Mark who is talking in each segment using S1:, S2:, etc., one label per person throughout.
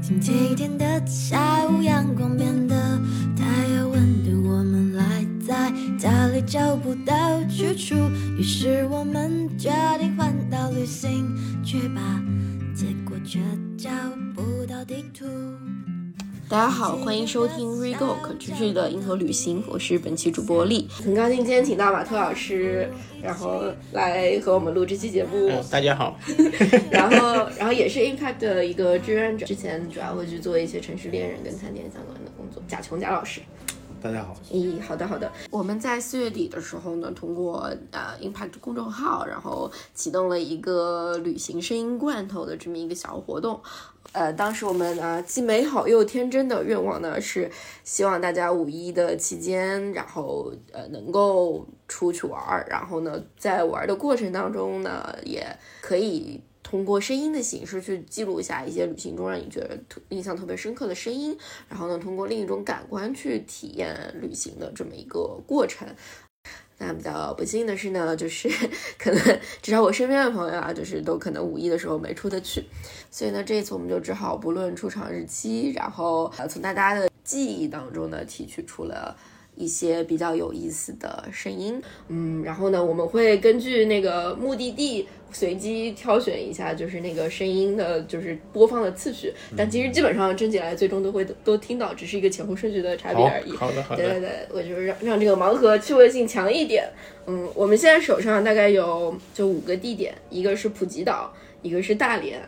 S1: 今天一天的下午，阳光变得太有温度，我们赖在家里找不到去处，于是我们决定环岛旅行去吧，结果却找不到地图。
S2: 大家好，欢迎收听 Rego 可持续的银河旅行，我是本期主播丽。很高兴今天请到马特老师，然后来和我们录这期节目。
S3: 嗯，大家好，
S2: 然后，然后也是 Impact 的一个志愿者，之前主要会去做一些城市猎人跟探店相关的工作。贾琼贾老师，
S3: 大家好。
S2: 咦，嗯好的好的。我们在四月底的时候呢，通过呃 Impact 公众号，然后启动了一个旅行声音罐头的这么一个小活动。呃，当时我们啊，既美好又天真的愿望呢，是希望大家五一的期间，然后呃能够出去玩儿，然后呢，在玩儿的过程当中呢，也可以通过声音的形式去记录一下一些旅行中让你觉得特印象特别深刻的声音，然后呢，通过另一种感官去体验旅行的这么一个过程。那比较不幸的是呢，就是 可能至少我身边的朋友啊，就是都可能五一的时候没出得去，所以呢，这一次我们就只好不论出场日期，然后呃从大家的记忆当中呢提取出了。一些比较有意思的声音，嗯，然后呢，我们会根据那个目的地随机挑选一下，就是那个声音的，就是播放的次序。但其实基本上甄姐来最终都会都听到，只是一个前后顺序的差别
S3: 好
S2: 而已。
S3: 好的好
S2: 对对
S3: 的，
S2: 对，我就是让让这个盲盒趣味性强一点。嗯，我们现在手上大概有就五个地点，一个是普吉岛，一个是大连，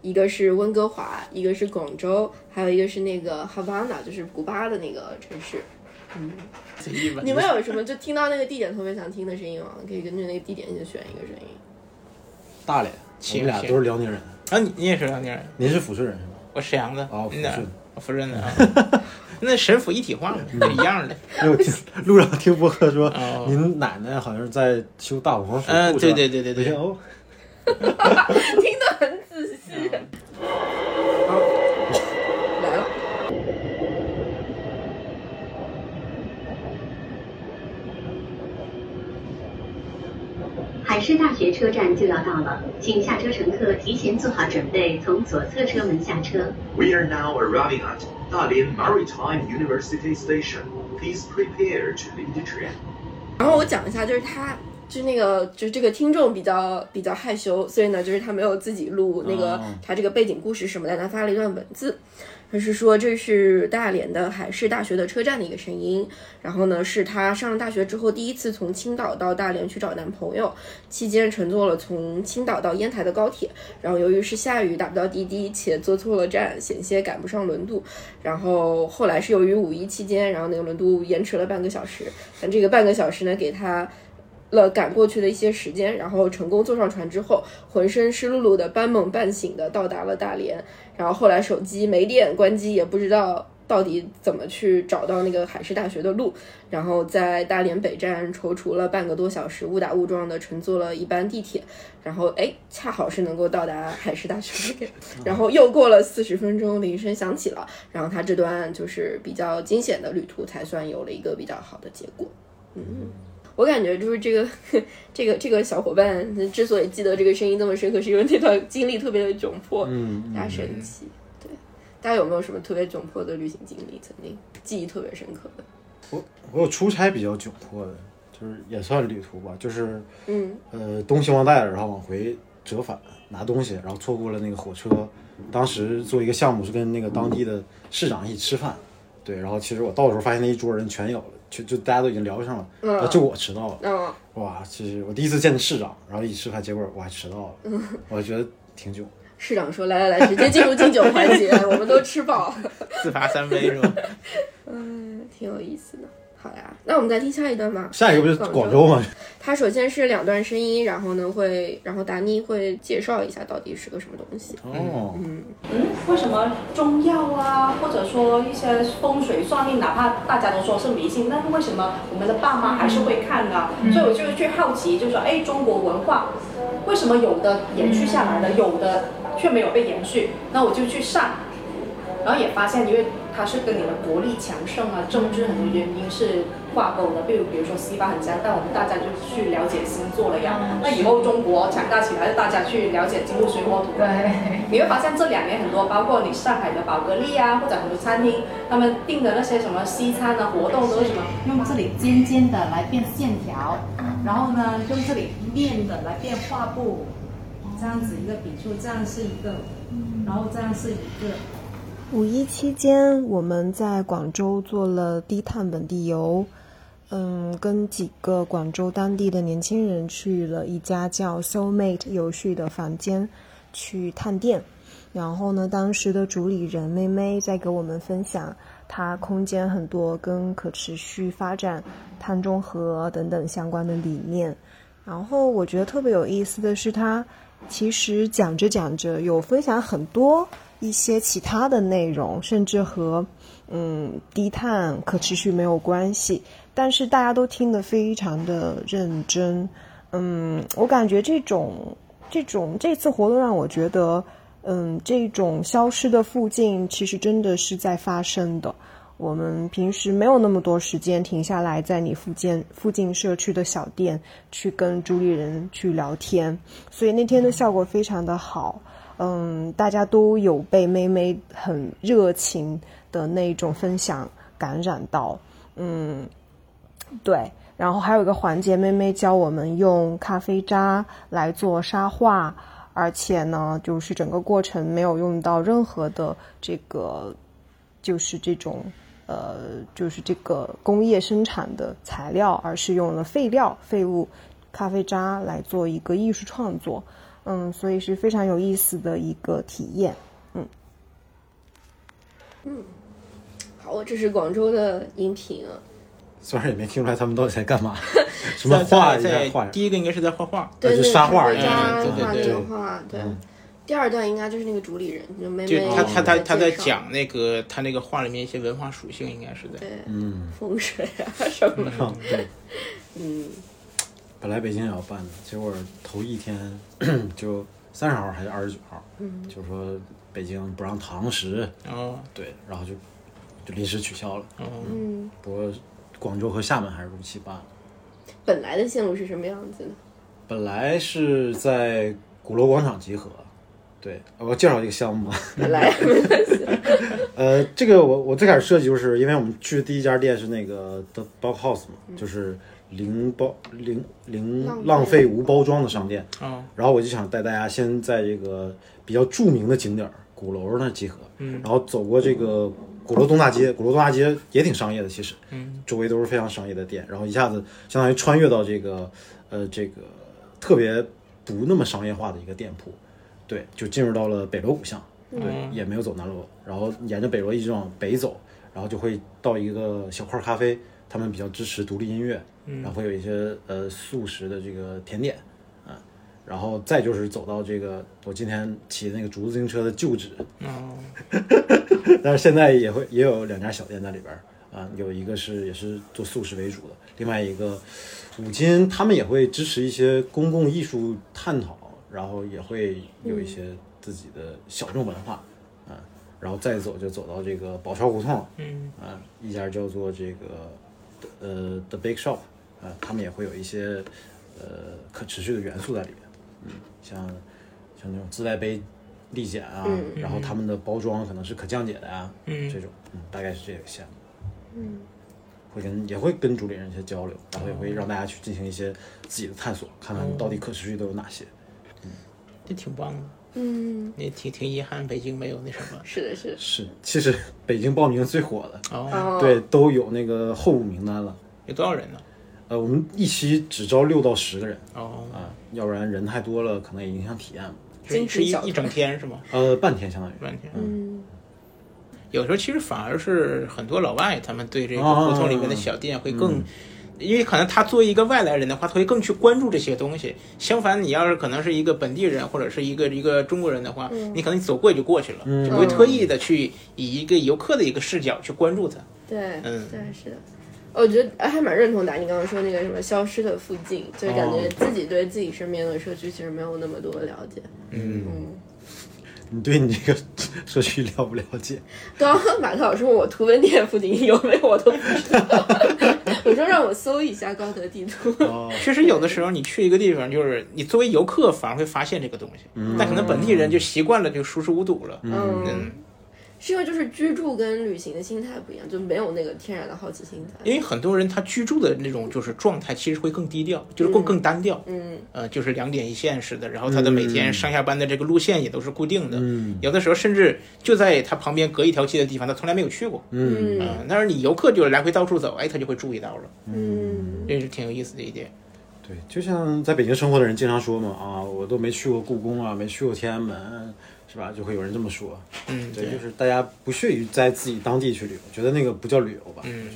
S2: 一个是温哥华，一个是广州，还有一个是那个 Havana，就是古巴的那个城市。
S3: 随意吧
S2: 你们有什么就听到那个地点特别想听的声音吗？可以根据那个地点就选一个声音。
S4: 大连，我
S3: 行
S4: 们俩
S3: 哦行
S4: 都是辽宁人，
S3: 啊，你你也是辽宁人？
S4: 您是抚顺人是吧？
S3: 我沈阳的。
S4: 哦抚
S3: 嗯呐
S4: 顺
S3: 我抚顺的啊。那沈抚一体化嘛，就一样的。
S4: 因为我听路上听播客说
S3: 哦，
S4: 您奶奶好像是在修大红水库，
S3: 嗯，对对
S4: 对
S3: 对对对。
S4: 哦，
S2: 听得很仔细。好， 来了。
S5: 海事大学车站就要到了，请下车乘客提前做好准备，从左侧车门下车。
S6: We are now arriving at Dalian Maritime University Station. Please prepare to leave the train.
S2: 然后我讲一下，就是他。就是那个，就是这个听众比较比较害羞，所以呢，就是他没有自己录那个
S4: 哦
S2: 他这个背景故事什么的，他发了一段文字，他是说这是大连的海事大学的车站的一个声音，然后呢是他上了大学之后第一次从青岛到大连去找男朋友，期间乘坐了从青岛到烟台的高铁，然后由于是下雨打不到滴滴，且坐错了站，险些赶不上轮渡，然后后来是由于五一期间，然后那个轮渡延迟了半个小时，但这个半个小时呢，给他了赶过去的一些时间，然后成功坐上船之后，浑身湿漉漉的，半梦半醒的到达了大连，然后后来手机没电，关机也不知道。到底怎么去找到那个海事大学的路？然后在大连北站踌躇了半个多小时，误打误撞的乘坐了一班地铁，然后哎，恰好是能够到达海事大学的。然后又过了四十分钟，铃声响起了，然后他这段就是比较惊险的旅途，才算有了一个比较好的结果。嗯，我感觉就是这个 这个这个小伙伴之所以记得这个声音这么深刻，是因为那段经历特别的窘迫，
S4: 嗯，
S2: 加神奇。对，大家有没有什么特别窘迫的旅行经历？曾经记忆特别深刻的？
S4: 我有出差比较窘迫的，就是也算旅途吧，就是
S2: 嗯，
S4: 呃东西忘带了，然后往回折返拿东西，然后错过了那个火车。当时做一个项目是跟那个当地的市长一起吃饭，对，然后其实我到的时候发现那一桌人全有了，就就大家都已经聊上了，然后就我迟到了。
S2: 那
S4: 哇，这是我第一次见市长，然后一起吃饭，结果我还迟 到了，我觉得挺囧。
S2: 市长说：“来来来，直接进入敬酒环节，我们都吃饱。”
S3: 自罚三杯是吧？
S2: 挺有意思的。好呀，那我们再听下一段吧。
S4: 下一个不就是广州吗？
S2: 它首先是两段声音，然后呢会，然后达尼会介绍一下到底是个什么东西。
S4: 哦，
S7: 嗯为什么中药啊，或者说一些风水算命，哪怕大家都说是迷信，但是为什么我们的爸妈还是会看呢？所以我就去好奇，就说，哎，中国文化为什么有的延续下来了，有的却没有被延续？那我就去上，然后也发现，因为它是跟你的国力强盛啊、政治很多原因是挂钩的，比如比如说西方很强，但我们大家就去了解星座了呀。那以后中国强大起来，大家去了解金木水火土了。啊
S8: 对，
S7: 你会发现这两年很多，包括你上海的宝格丽啊，或者很多餐厅，他们订的那些什么西餐啊活动都是什么？
S8: 用这里尖尖的来变线条，然后呢，用这里面的来变画布，这样子一个笔触，这样是一个，然后这样是一个。
S9: 五一期间，我们在广州做了低碳本地游，嗯，跟几个广州当地的年轻人去了一家叫 Soul Mate 有序的房间去探店。然后呢，当时的主理人妹妹在给我们分享她空间很多跟可持续发展、碳中和等等相关的理念。然后我觉得特别有意思的是，她其实讲着讲着有分享很多一些其他的内容，甚至和嗯低碳可持续没有关系，但是大家都听得非常的认真。嗯，我感觉这种这种这次活动让我觉得，嗯，这种消失的附近其实真的是在发生的。我们平时没有那么多时间停下来，在你附近附近社区的小店去跟主理人去聊天，所以那天的效果非常的好。嗯，大家都有被妹妹很热情的那种分享感染到。嗯，对。然后还有一个环节，妹妹教我们用咖啡渣来做沙画，而且呢，就是整个过程没有用到任何的这个就是这种呃，就是这个工业生产的材料，而是用了废料、废物、咖啡渣来做一个艺术创作。嗯，所以是非常有意思的一个体验。
S2: 好，这是广州的音频啊。
S4: 虽然也没听出来他们到底在干 嘛，什么
S3: 在
S4: 画
S3: 在
S4: 一下
S3: 在
S4: 画一下，
S3: 第一个应该是在画画，
S2: 对
S4: 就
S2: 对，
S4: 沙画
S2: 对
S4: 一
S3: 样
S2: 扎
S3: 对对
S2: 画那
S3: 对
S2: 种画，对。第二段应该就是那个主理人，就妹
S3: 就
S2: 妹
S3: 他他他他在
S2: 介绍，
S3: 讲那个他那个画里面一些文化属性，应该是在
S2: 对，
S4: 嗯，
S2: 风水啊什么，
S4: 嗯对，
S2: 嗯，
S4: 本来北京也要办的，结果头一天 就三十号还是二十九号，嗯，就说北京不让堂食，
S3: 哦
S4: 对，然后就就临时取消了。
S3: 哦，
S4: 不过广州和厦门还是如期办了。
S2: 本来的线路是什么样子的？
S4: 本来是在鼓楼广场集合，对，我介绍这个项目吧。
S2: 本来没关系，
S4: 呃，这个我我最开始设计就是因为我们去的第一家店是那个 The Box House 嘛，就是零包零零浪
S2: 浪
S4: 费
S2: 费
S4: 无包装的商店。
S3: 哦
S4: 然后我就想带大家先在这个比较著名的景点儿鼓楼那儿集合，然后走过这个鼓楼东大街，鼓楼东大街也挺商业的，其实，周围都是非常商业的店，然后一下子相当于穿越到这个呃这个特别不那么商业化的一个店铺，对，就进入到了北锣鼓巷，对，也没有走南锣，然后沿着北锣一直往北走，然后就会到一个小块咖啡，他们比较支持独立音乐，然后会有一些呃素食的这个甜点，啊，然后再就是走到这个我今天骑那个竹子自行车的旧址，
S3: 哦，
S4: 但是现在也会也有两家小店在里边儿啊，有一个是也是做素食为主的，另外一个五金他们也会支持一些公共艺术探讨，然后也会有一些自己的小众文化啊，然后再走就走到这个宝钞胡同，
S3: 嗯
S4: 啊，一家叫做这个呃 The Big Shop 啊，他们也会有一些呃可持续的元素在里面，嗯，像像那种自带杯立减啊，然后他们的包装可能是可降解的啊，
S3: 嗯
S4: 这种，嗯，大概是这个项目，嗯，会跟也会跟主理人一些交流，然后也会让大家去进行一些自己的探索，看看到底可持续都有哪些。
S3: 这挺棒的，
S2: 嗯，
S3: 也挺挺遗憾北京没有那什么
S2: 是的，是的，
S4: 是，其实北京报名最火的，
S3: 哦，
S2: 哦，
S4: 对，都有那个候补名单了。
S3: 有多少人呢？
S4: 呃，我们一期只招六到十个人，
S3: 哦，
S4: 啊，要不然人太多了，可能也影响体验嘛。
S3: 是
S2: 精
S3: 是
S2: 致
S3: 一
S2: 小
S3: 一整天是吗？
S4: 呃，半天相当于。
S3: 半天。
S2: 嗯，
S3: 有时候其实反而是很多老外他们对这个
S4: 啊啊啊
S3: 胡同里面的小店会更，因为可能他作为一个外来人的话，他会更去关注这些东西。相反，你要是可能是一个本地人或者是一个一个中国人的话，
S2: 嗯
S3: 你可能走过也就过去了，就不会特意的去以一个游客的一个视角去关注它。
S2: 对，
S3: 嗯
S2: 对，是的。我觉得哎还蛮认同的，你刚刚说那个什么消失的附近，就是感觉自己对自己身边的社区其实没有那么多了解。
S3: 嗯，
S4: 你对你这个 社区了不了解？
S2: 刚刚马特老师问我图文店附近有没有，我都不知道。 我说让我搜一下高德地图。
S4: 哦，
S3: 其实有的时候你去一个地方，就是你作为游客反而会发现这个东西，但可能本地人就习惯了就熟视无睹了。
S2: 嗯，是因为就是居住跟旅行的心态不一样，就没有那个天然的好奇心在。
S3: 因为很多人他居住的那种就是状态，其实会更低调，就是更更单调。
S2: 嗯，
S3: 呃，就是两点一线似的，然后他的每天上下班的这个路线也都是固定的，
S4: 嗯
S3: 有的时候甚至就在他旁边隔一条街的地方，他从来没有去过，
S4: 嗯，
S3: 嗯、但是你游客就来回到处走，哎，他就会注意到了，
S2: 嗯
S3: 这是挺有意思的一点。
S4: 对，就像在北京生活的人经常说嘛，啊，我都没去过故宫啊，没去过天安门，是吧？就会有人这么说。
S3: 嗯，
S4: 对，就是大家不屑于在自己当地去旅游，觉得那个不叫旅游吧？
S3: 嗯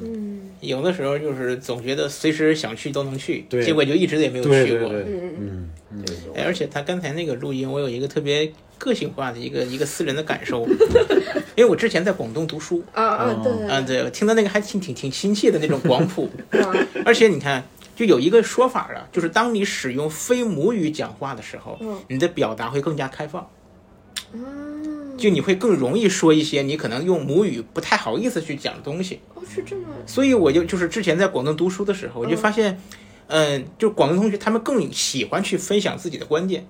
S2: 嗯
S3: 有的时候就是总觉得随时想去都能去，
S4: 对
S3: 结果就一直也没有去过。
S4: 对对对，
S2: 嗯
S4: 嗯嗯，
S3: 哎而且他刚才那个录音，我有一个特别个性化的一个一个私人的感 受，因为我之前在广东读书，
S2: 啊啊对
S3: 啊，对，我听到那个还挺挺挺亲切的那种广普，而且你看，就有一个说法啊，就是当你使用非母语讲话的时候，
S2: 嗯
S3: 你的表达会更加开放，
S2: 啊
S3: 就你会更容易说一些你可能用母语不太好意思去讲的东西。
S2: 哦是这么
S3: 所以我就就是之前在广东读书的时候，我就发现，嗯，就广东同学他们更喜欢去分享自己的观点，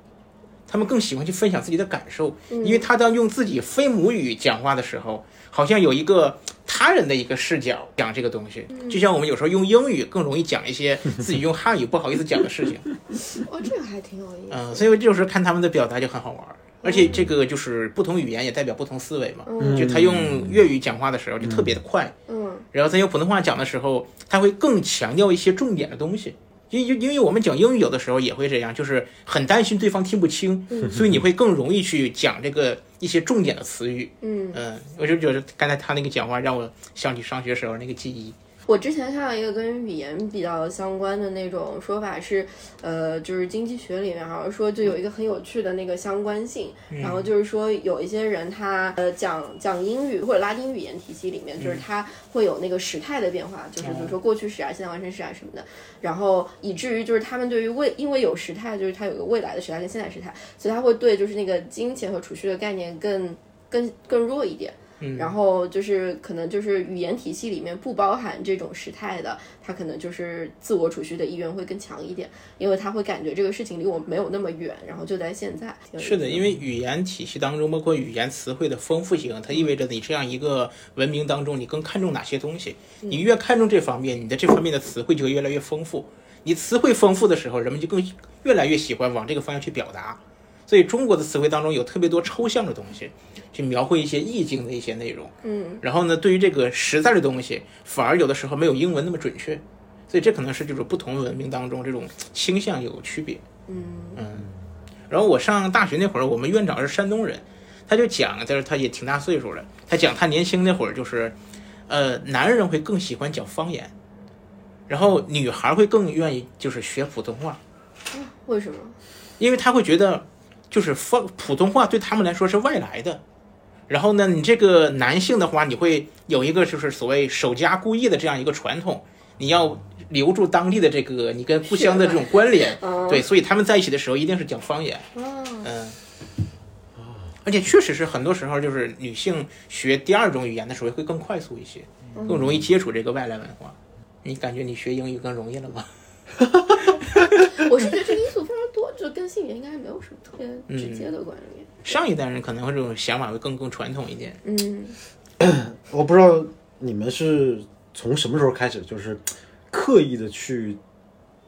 S3: 他们更喜欢去分享自己的感受，因为他当用自己非母语讲话的时候，好像有一个他人的一个视角讲这个东西，就像我们有时候用英语更容易讲一些自己用汉语不好意思讲的事情，
S2: 哦这个还挺有意思。
S3: 嗯，所以我就是看他们的表达就很好玩儿。而且这个就是不同语言也代表不同思维嘛，就他用粤语讲话的时候就特别的快，
S2: 嗯
S3: 然后他用普通话讲的时候，他会更强调一些重点的东西。因因因为我们讲英语有的时候也会这样，就是很担心对方听不清，所以你会更容易去讲这个一些重点的词语。
S2: 嗯。
S3: 嗯，我就觉得刚才他那个讲话让我想起上学时候那个记忆。
S2: 我之前看到一个跟语言比较相关的那种说法是，呃，就是经济学里面好像说就有一个很有趣的那个相关性，然后就是说有一些人他呃讲讲英语或者拉丁语言体系里面，就是他会有那个时态的变化，就是比如说过去时啊、现在完成时啊什么的，然后以至于就是他们对于未因为有时态，就是他有个未来的时态跟现在时态，所以他会对就是那个金钱和储蓄的概念更更更弱一点。
S3: 嗯
S2: 然后就是可能就是语言体系里面不包含这种时态的，他可能就是自我储蓄的意愿会更强一点，因为他会感觉这个事情离我没有那么远，然后就在现在。
S3: 是的，因为语言体系当中，包括语言词汇的丰富性，它意味着你这样一个文明当中，你更看重哪些东西。你越看重这方面，你的这方面的词汇就会越来越丰富。你词汇丰富的时候，人们就更越来越喜欢往这个方向去表达。所以中国的词汇当中有特别多抽象的东西，去描绘一些意境的一些内容。
S2: 嗯，
S3: 然后呢，对于这个实在的东西，反而有的时候没有英文那么准确。所以这可能是就是不同文明当中这种倾向有区别。然后我上大学那会儿，我们院长是山东人，他就讲，但是他也挺大岁数了，他讲他年轻那会儿就是，呃，男人会更喜欢讲方言，然后女孩会更愿意就是学普通话，
S2: 为什么？
S3: 因为他会觉得就是方普通话对他们来说是外来的。然后呢，你这个男性的话，你会有一个就是所谓守家顾业的这样一个传统，你要留住当地的这个你跟故乡的这种关联，对，所以他们在一起的时候一定是讲方言。嗯，而且确实是很多时候就是女性学第二种语言的时候会更快速一些，更容易接触这个外来文化。你感觉你学英语更容易了吗？
S2: 我是觉得这个因素非常多，就跟性别应该没有什么特别
S3: 嗯
S2: 直接的关联。
S3: 上一代人可能会这种想法会更更传统一点。
S2: 嗯，
S4: 我不知道你们是从什么时候开始，就是刻意的去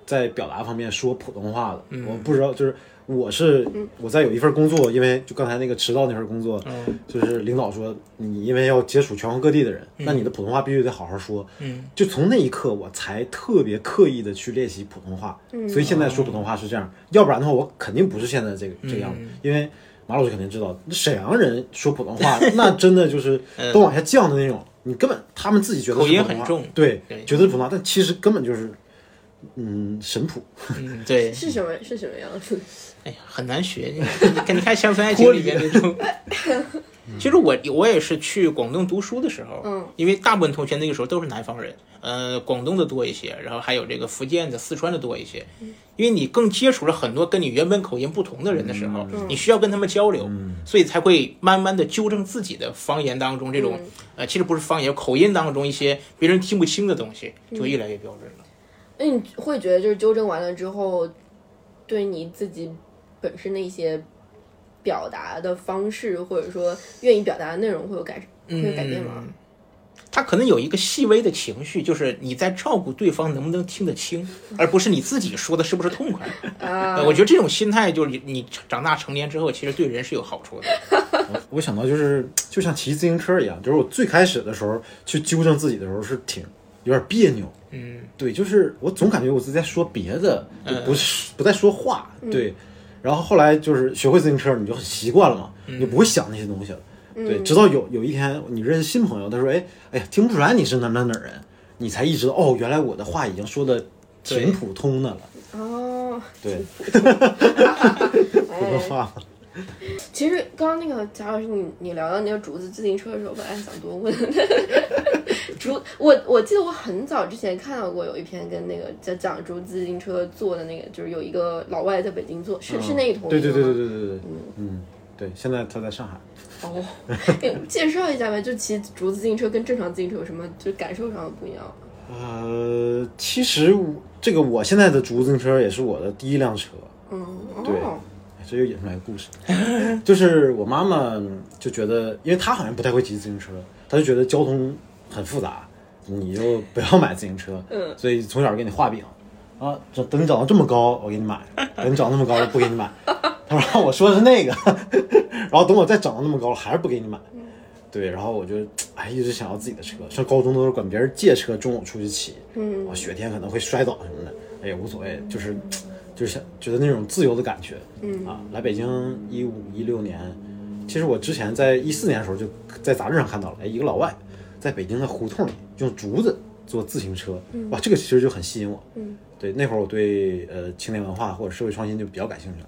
S4: 在表达方面说普通话的。
S3: 嗯
S4: 我不知道，就是我是我在有一份工作，因为就刚才那个迟到那份工作，
S3: 嗯
S4: 就是领导说你因为要接触全国各地的人，那你的普通话必须得好好说。
S3: 嗯，
S4: 就从那一刻，我才特别刻意的去练习普通话。所以现在说普通话是这样，要不然的话，我肯定不是现在这个
S3: 嗯
S4: 这个样子，因为。马老师肯定知道，沈阳人说普 通话，那真的就是都往下降的那种。你根本他们自己觉得是
S3: 口音
S4: 普通话
S3: 很重
S4: 对，
S3: 对
S4: 觉得是普通话，但其实根本就是，嗯，神普
S3: 嗯，对，
S2: 是什么是什么样子？
S3: 哎呀，很难学。你看，你看《乡村爱情》里面那种。其实我我也是去广东读书的时候，因为大部分同学那个时候都是南方人，呃，广东的多一些，然后还有这个福建的、四川的多一些，因为你更接触了很多跟你原本口音不同的人的时候，你需要跟他们交流，所以才会慢慢的纠正自己的方言当中这种，呃，其实不是方言，口音当中一些别人听不清的东西，就越来越标准了。
S2: 那你会觉得就是纠正完了之后，对你自己本身的一些表达的方式，或者说愿意表达的内容会有改，会有改变
S3: 嗯
S2: 吗？
S3: 他可能有一个细微的情绪，就是你在照顾对方能不能听得清，而不是你自己说的是不是痛快。呃我觉得这种心态就是你你长大成年之后，其实对人是有好处的。
S4: 我想到就是，就像骑自行车一样，就是我最开始的时候去纠正自己的时候是挺有点别扭，嗯，对，就是我总感觉我自己在说别的，就
S3: 嗯
S4: 不是、不在说话，对。然后后来就是学会自行车，你就很习惯了嘛，
S3: 嗯
S4: 你就不会想那些东西了，对。直到有有一天你认识新朋友，他说，哎哎呀，听不出来你是哪哪哪人，你才意识到哦，原来我的话已经说的挺
S3: 对
S4: 普通的了，
S2: 哦，
S4: 对，普通
S2: 哎，
S4: 话嘛。
S2: 其实刚刚那个贾老师，你你聊到那个竹子自行车的时候，我本来想多问， 竹，我我记得我很早之前看到过有一篇跟那个在讲竹子自行车做的那个，就是有一个老外在北京做，是、是那一头
S4: 嗯对对对对
S2: 吗
S4: 对对对，嗯，对，现在他在上海。
S2: 哦，给我介绍一下呗，就骑竹子自行车跟正常自行车有什么，就感受上的不一样？
S4: 呃，其实我这个我现在的竹自行车也是我的第一辆车，
S2: 嗯，
S4: 对
S2: 哦，
S4: 哎这又引出来一个故事， 就是我妈妈就觉得，因为她好像不太会骑自行车，她就觉得交通很复杂，你就不要买自行车，
S2: 嗯
S4: 所以从小给你画饼，啊，这等你长到这么高，我给你买；等你长那么高，就不给 你买。她说我说的是那个， 然后等我再长到那么高了，还是不给你买。
S2: 嗯
S4: 对，然后我就哎一直想要自己的车，上高中都是管别人借车，中午出去骑，
S2: 嗯
S4: 我雪天可能会摔倒什么的，哎呀无所谓，就是就是想觉得那种自由的感觉，嗯啊，来北京一五一六年，其实我之前在一四年的时候就在杂志上看到了，哎，一个老外在北京的胡同里用竹子做自行车，哇，这个其实就很吸引我，
S2: 嗯，
S4: 对，那会儿我对呃青年文化或者社会创新就比较感兴趣了，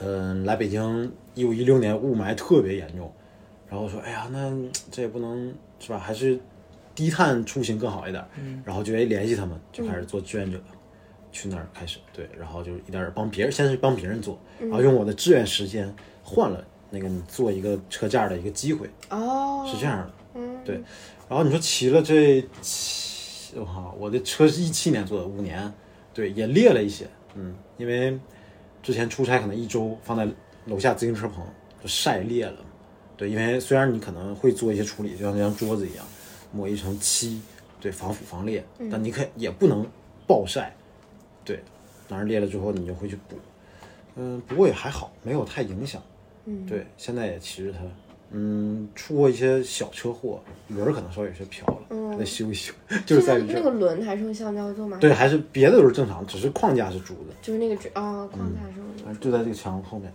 S4: 嗯、来北京一五一六年雾霾特别严重，然后说，哎呀，那这也不能是吧，还是低碳出行更好一点。嗯、然后就哎联系他们，就开始做志愿者，去那儿开始对，然后就一点点帮别人，先是帮别人做，然后用我的志愿时间换了那个你做一个车架的一个机会，
S2: 哦，
S4: 是这样的。嗯，对。然后你说骑了这七，我靠，我的车是一七年做的，五年，对，也裂了一些。嗯，因为之前出差可能一周放在楼下自行车棚就晒裂了。对，因为虽然你可能会做一些处理，就像这张桌子一样，抹一层漆，对，防腐防裂，但你可也不能暴晒。对，当然裂了之后你就会去补。嗯，不过也还好，没有太影响。嗯，对，现在也骑着它，嗯，出过一些小车祸，轮儿可能稍微有些飘了，还得修一修， 就是在
S2: 它
S4: 于这
S2: 那
S4: 儿。
S2: 个轮还是用橡胶做吗？
S4: 对，，还是别的都是正常，只是框架是竹子，
S2: 就是那个纸啊，框
S4: 嗯
S2: 架是用的。
S4: 反正就在这个墙后面。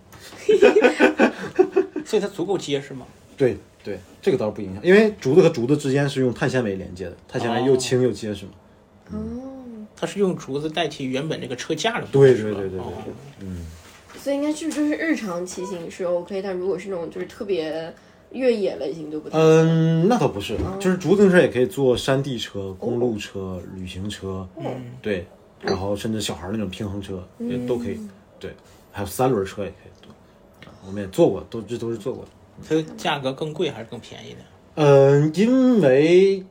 S3: 所以它足够结实吗？
S4: 对对，这个倒是不影响，因为竹子和竹子之间是用碳纤维连接的，碳纤维又轻又结实嘛。
S2: 哦，
S3: 它是用竹子代替原本这个车架的部
S4: 对
S3: 分
S4: 对
S3: 是吧，
S4: 对对对
S3: 哦
S4: 对，
S2: 所以应该是就是日常骑行是 OK，但如果是那种就是特别越野类型就不太。
S3: 呃
S4: 嗯，那倒不是，就是竹自行车也可以做山地车、公路车、旅行车，对，然后甚至小孩儿那种平衡车也都可以，对，还有三轮车也可以做，啊我们也做过，都这都是做过的。
S3: 它的价格更贵还是更便宜的？
S4: 嗯，因为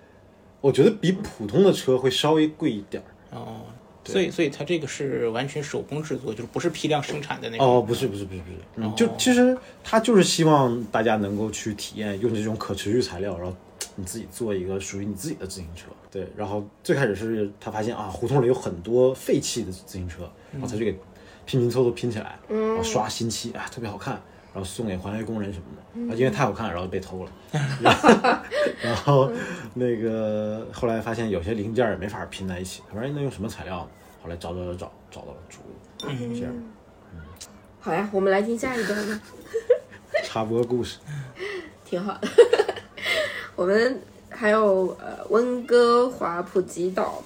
S4: 我觉得比普通的车会稍微贵一点儿。
S3: 哦，所以所以它这个是完全手工制作，就是不是批量生产的那种。
S4: 哦，不是不是不是不是，嗯，就
S3: 哦
S4: 其实他就是希望大家能够去体验用这种可持续材料，然后你自己做一个属于你自己的自行车。对，然后最开始是他发现啊，胡同里有很多废弃的自行车，
S3: 嗯
S4: 然后他就给拼拼凑凑拼起来，然后刷新漆，啊，特别好看，然后送给环卫工人什么
S3: 嗯
S4: 的。啊，因为太好看，然后被偷了。 然后那个后来发现有些零件儿也没法拼在一起，他说哎那用什么材料呢？后来找找找找找到了竹子，这样
S2: 好呀，我们来听下一段吧，
S4: 插播故事。
S2: 挺好的。 我们还有呃温哥华、普吉岛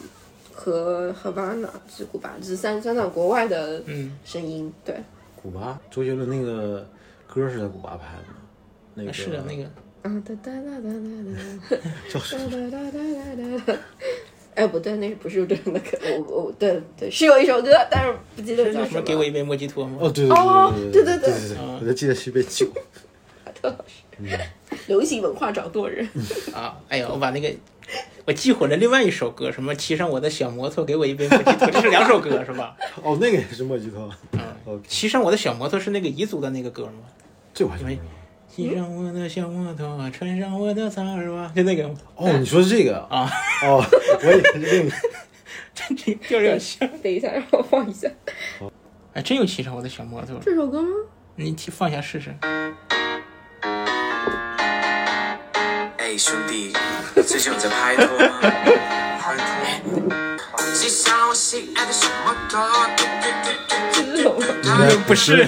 S2: 和 Havana 是古巴，就是三三岛国外的
S3: 嗯
S2: 声音。对，
S4: 古巴，周杰伦那个歌是在古巴拍的吗？那个
S3: 啊是的，那个
S2: 啊哒哒哒哒哒哒。
S4: 叫什么？
S2: 哒哒哒哒哒，哎，不对，那是不是有这样的歌？我我对对，是有一首歌，但是不记得叫
S3: 什
S2: 什
S3: 么
S2: 么。
S3: 给我一杯莫吉托吗？
S4: 哦，对
S2: 哦
S4: 对
S2: 对
S4: 对
S2: 对
S4: 对对对，我就记得是一杯酒。
S2: 流行文化掌舵人。
S3: 啊，哎呀，我把那个我记混了另外一首歌，什么骑上我的小摩托，给我一杯莫吉托，这是两首歌是吧？
S4: 哦，那个也是莫吉托。哦，
S3: 骑上我的小摩托是那个彝族的那个歌吗？
S4: 这我还真不知道。
S3: 骑上我的小摩托，穿上我的草儿袜，就那个吗？
S4: 哦，你说是这个
S3: 啊？
S4: 哦，我也是另一个。
S3: 这这调有点像。
S2: 等一下，让我放一下
S3: 哎，真有骑上我的小摩托，
S2: 这首歌吗？
S3: 你听放一下试试。
S10: 哎，兄弟，最近有在拍拖吗？拍拖。骑上我心爱的小摩托，嘟嘟嘟嘟嘟
S2: 这首吗？
S3: 不是，
S4: 我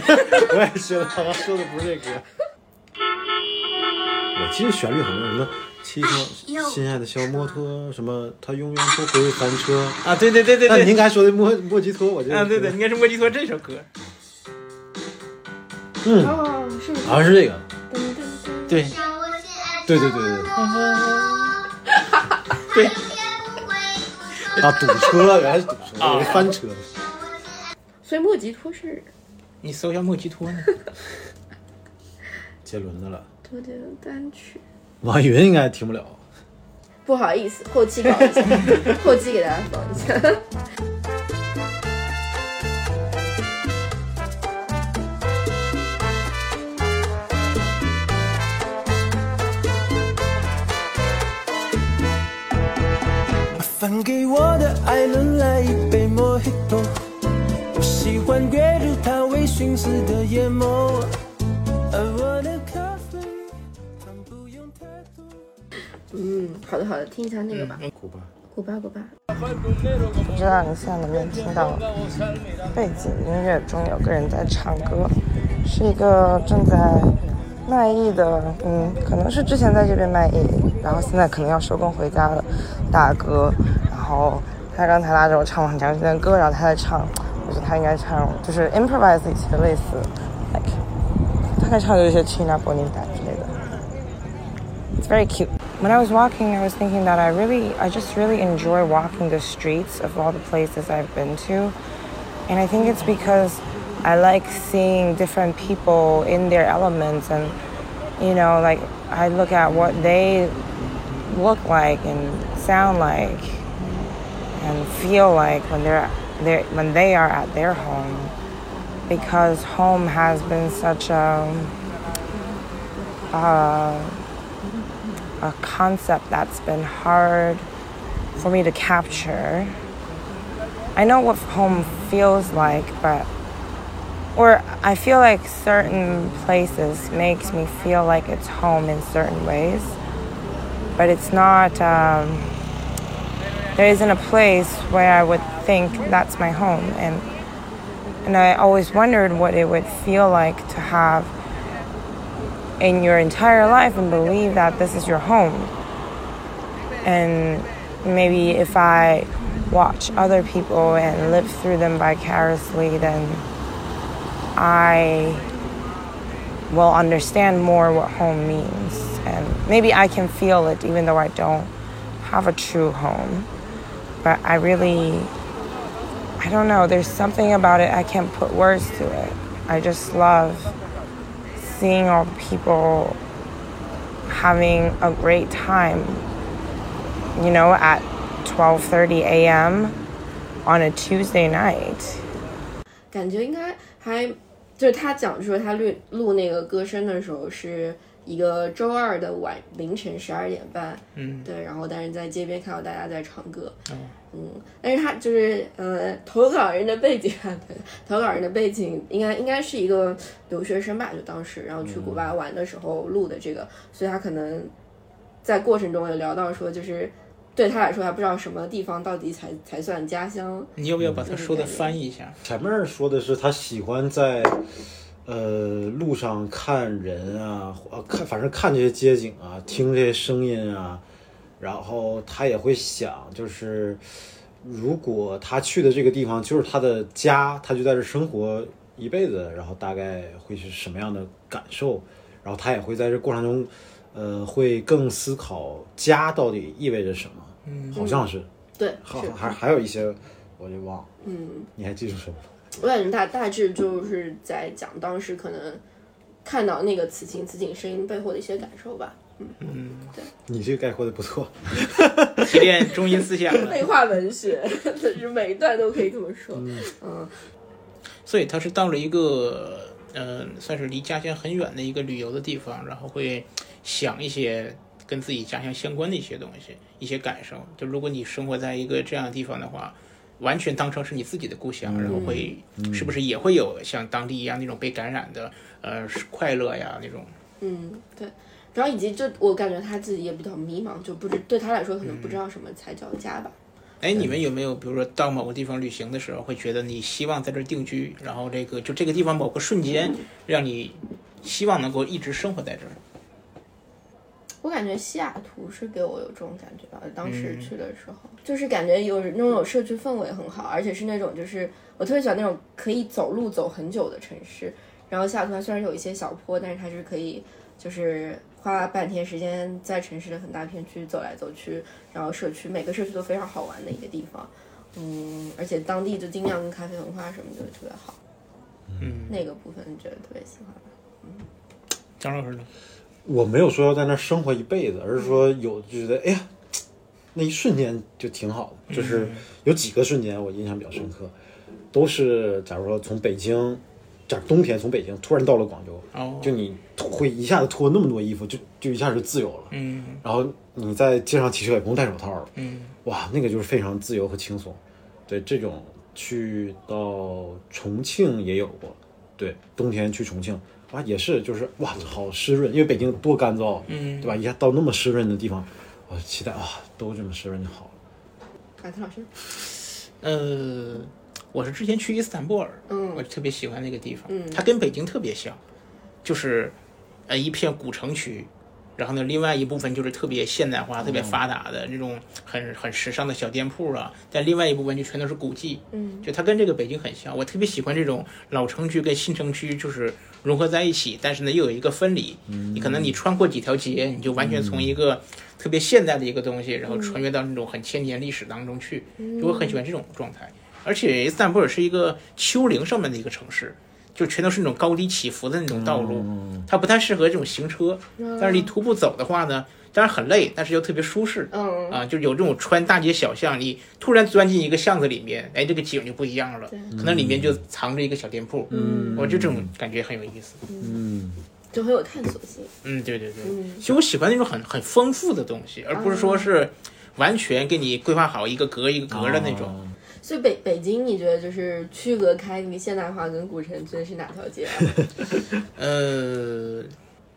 S4: 也觉得他说的不是这歌。我记得旋律好像有什么骑上心爱的小摩托，什么他永远不会翻车。
S3: 啊，对对对对
S4: 但
S3: 对，
S4: 您刚才说的莫莫吉托，我就
S3: 啊，对对，应该是莫吉托这首歌。
S2: 哦，是不是？
S4: 好像是这个。
S3: 对
S4: 对对对对对
S3: 对，
S4: 啊，堵车，原来是堵车，
S3: 啊
S4: 我以为翻车。
S2: 所以莫吉托是
S3: 你搜一下莫吉托呢？
S4: 杰伦的了，
S2: 多的单曲。
S4: 网易云应该听不了。
S2: 不好意思，后期搞一下，后期给大家放一下。
S11: 分给我的爱人来一杯莫吉托，我喜欢阅读他微醺时的眼眸，而我的咖啡糖不用太多。
S2: 嗯，好的好的，听一下那个吧。
S4: 嗯古巴，
S2: 古巴古巴，
S9: 不知道你现在能不能听到背景音乐中有个人在唱歌，是一个正在卖艺的，嗯，可能是之前在这边卖艺，然后现在可能要收工回家了，大哥。然后他刚才拉着我唱了很长时间的歌，然后他在唱，我觉得他应该唱就是 improvise 一些类似，like 他该唱的就是 China Bonita 之类的。It's very cute. When I was walking, I was thinking that I really, I just really enjoy walking the streets of all the places I've been to. And I think it's because I like seeing different people in their elements and, you know, like I look at what they look like and sound like and feel like when they're, they're when they are at their home because home has been such a a concept that's been hard for me to capture. I know what home feels like, but or I feel like certain places makes me feel like it's home in certain ways, but it's not. Um, there isn't a place where I would think that's my home, and and I always wondered what it would feel like to have in your entire life and believe that this is your home. And maybe if I watch other people and live through them vicariously, then I will understand more what home means. And maybe I can feel it even though I don't have a true home. But I really, I don't know, there's something about it, I can't put words to it. I just love seeing all the people having a great time you know at 12:30 a.m. on a Tuesday night
S2: 感觉应该还就是他讲说他录录那个歌声的时候是一个周二的晚凌晨十二点半，
S3: 嗯，
S2: 对，然后但是在街边看到大家在唱歌，
S4: 哦
S2: 嗯，但是他就是呃，投稿人的背景啊，对，投稿人的背景应该应该是一个留学生吧，就当时然后去古
S4: 嗯
S2: 巴玩的时候录的这个，所以他可能在过程中有聊到说，就是对他来说还不知道什么地方到底才才算家乡，
S3: 你要不要把他说的翻译一下？
S4: 前面说的是他喜欢在呃路上看人啊，呃看反正看这些街景啊，听这些声音啊，然后他也会想，就是如果他去的这个地方就是他的家，他就在这生活一辈子，然后大概会是什么样的感受？然后他也会在这过程中，呃，会更思考家到底意味着什么。嗯，好像是，
S2: 对，
S4: 好
S2: 是，
S4: 还还有一些我就忘了，
S2: 嗯，
S4: 你还记住什么？
S2: 我感觉大大致就是在讲当时可能看到那个此情此景声音背后的一些感受吧。嗯，
S3: 嗯，
S4: 你这个概括的不错，
S3: 提炼中心思想 了。
S2: 废话文学，就是每一段都可以这么说。嗯，
S3: 所以他是到了一个嗯、呃算是离家乡很远的一个旅游的地方，然后会想一些跟自己家乡相关的一些东西、一些感受。就如果你生活在一个这样的地方的话，完全当成是你自己的故乡，
S4: 嗯
S3: 然后会、
S4: 嗯
S3: 是不是也会有像当地一样那种被感染的呃快乐呀那种？
S2: 嗯，对。然后以及就我感觉他自己也比较迷茫，就不知对他来说可能不知道什么才叫家吧。
S3: 哎，你
S4: 嗯
S3: 们有没有比如说到某个地方旅行的时候，会觉得你希望在这儿定居，然后这个就这个地方某个瞬间让你希望能够一直生活在这儿？
S2: 我感觉西雅图是给我有这种感觉吧，当时
S3: 嗯
S2: 去的时候，就是感觉有那种有社区氛围很好，而且是那种就是我特别喜欢那种可以走路走很久的城市。然后西雅图它虽然有一些小坡，但是它是可以就是花半天时间在城市的很大片区走来走去，然后社区每个社区都非常好玩的一个地方。嗯，而且当地的精酿跟咖啡文化什么的特别好，
S3: 嗯，
S2: 那个部分觉得特别喜欢。
S3: 张老师呢？
S4: 我没有说要在那儿生活一辈子，而是说有就觉得，哎呀，那一瞬间就挺好的。就是
S3: 嗯
S4: 有几个瞬间我印象比较深刻，都是假如说从北京，假如冬天从北京突然到了广州，
S3: 哦，
S4: 就你会一下子脱那么多衣服，就就一下就自由了。
S3: 嗯
S4: 然后你在街上骑车也不用戴手套了，
S3: 嗯
S4: 哇，那个就是非常自由和轻松。对，这种去到重庆也有过，对，冬天去重庆啊也是，就是哇，好湿润，因为北京多干燥，
S3: 嗯
S4: 对吧？一下到那么湿润的地方，我期待啊，都这么湿润就好了。
S2: 啊，谭老师，
S3: 呃，我是之前去伊斯坦布尔，
S2: 嗯
S3: 我特别喜欢那个地方，
S2: 嗯
S3: 它跟北京特别像，就是呃一片古城区，然后呢，另外一部分就是特别现代
S2: 嗯
S3: 化、特别发达的那种很很时尚的小店铺啊，但另外一部分就全都是古迹，
S2: 嗯
S3: 就它跟这个北京很像，我特别喜欢这种老城区跟新城区就是融合在一起，但是呢又有一个分离。
S2: 嗯
S3: 你可能你穿过几条街，你就完全从一个特别现代的一个东西，
S2: 嗯
S3: 然后穿越到那种很千年历史当中去，就我很喜欢这种状态。而且伊斯坦布尔是一个丘陵上面的一个城市，就全都是那种高低起伏的那种道路，它不太适合这种行车。
S2: 嗯
S3: 但是你徒步走的话呢，当然很累，但是又特别舒适。
S2: 嗯
S3: 啊，就有这种穿大街小巷，你突然钻进一个巷子里面，哎，这个景就不一样了。可能里面就藏着一个小店铺，
S2: 嗯
S3: 我就这种感觉很有意思。
S4: 嗯
S2: 就很有探索性。
S3: 嗯，对对对，
S2: 嗯
S3: 其实我喜欢那种很很丰富的东西，而不是说是完全给你规划好一个格一个格的那种。
S4: 哦啊
S2: 所以北北京，你觉得就是区隔开那个现代化跟古城区的是哪条 街、啊？
S3: 呃，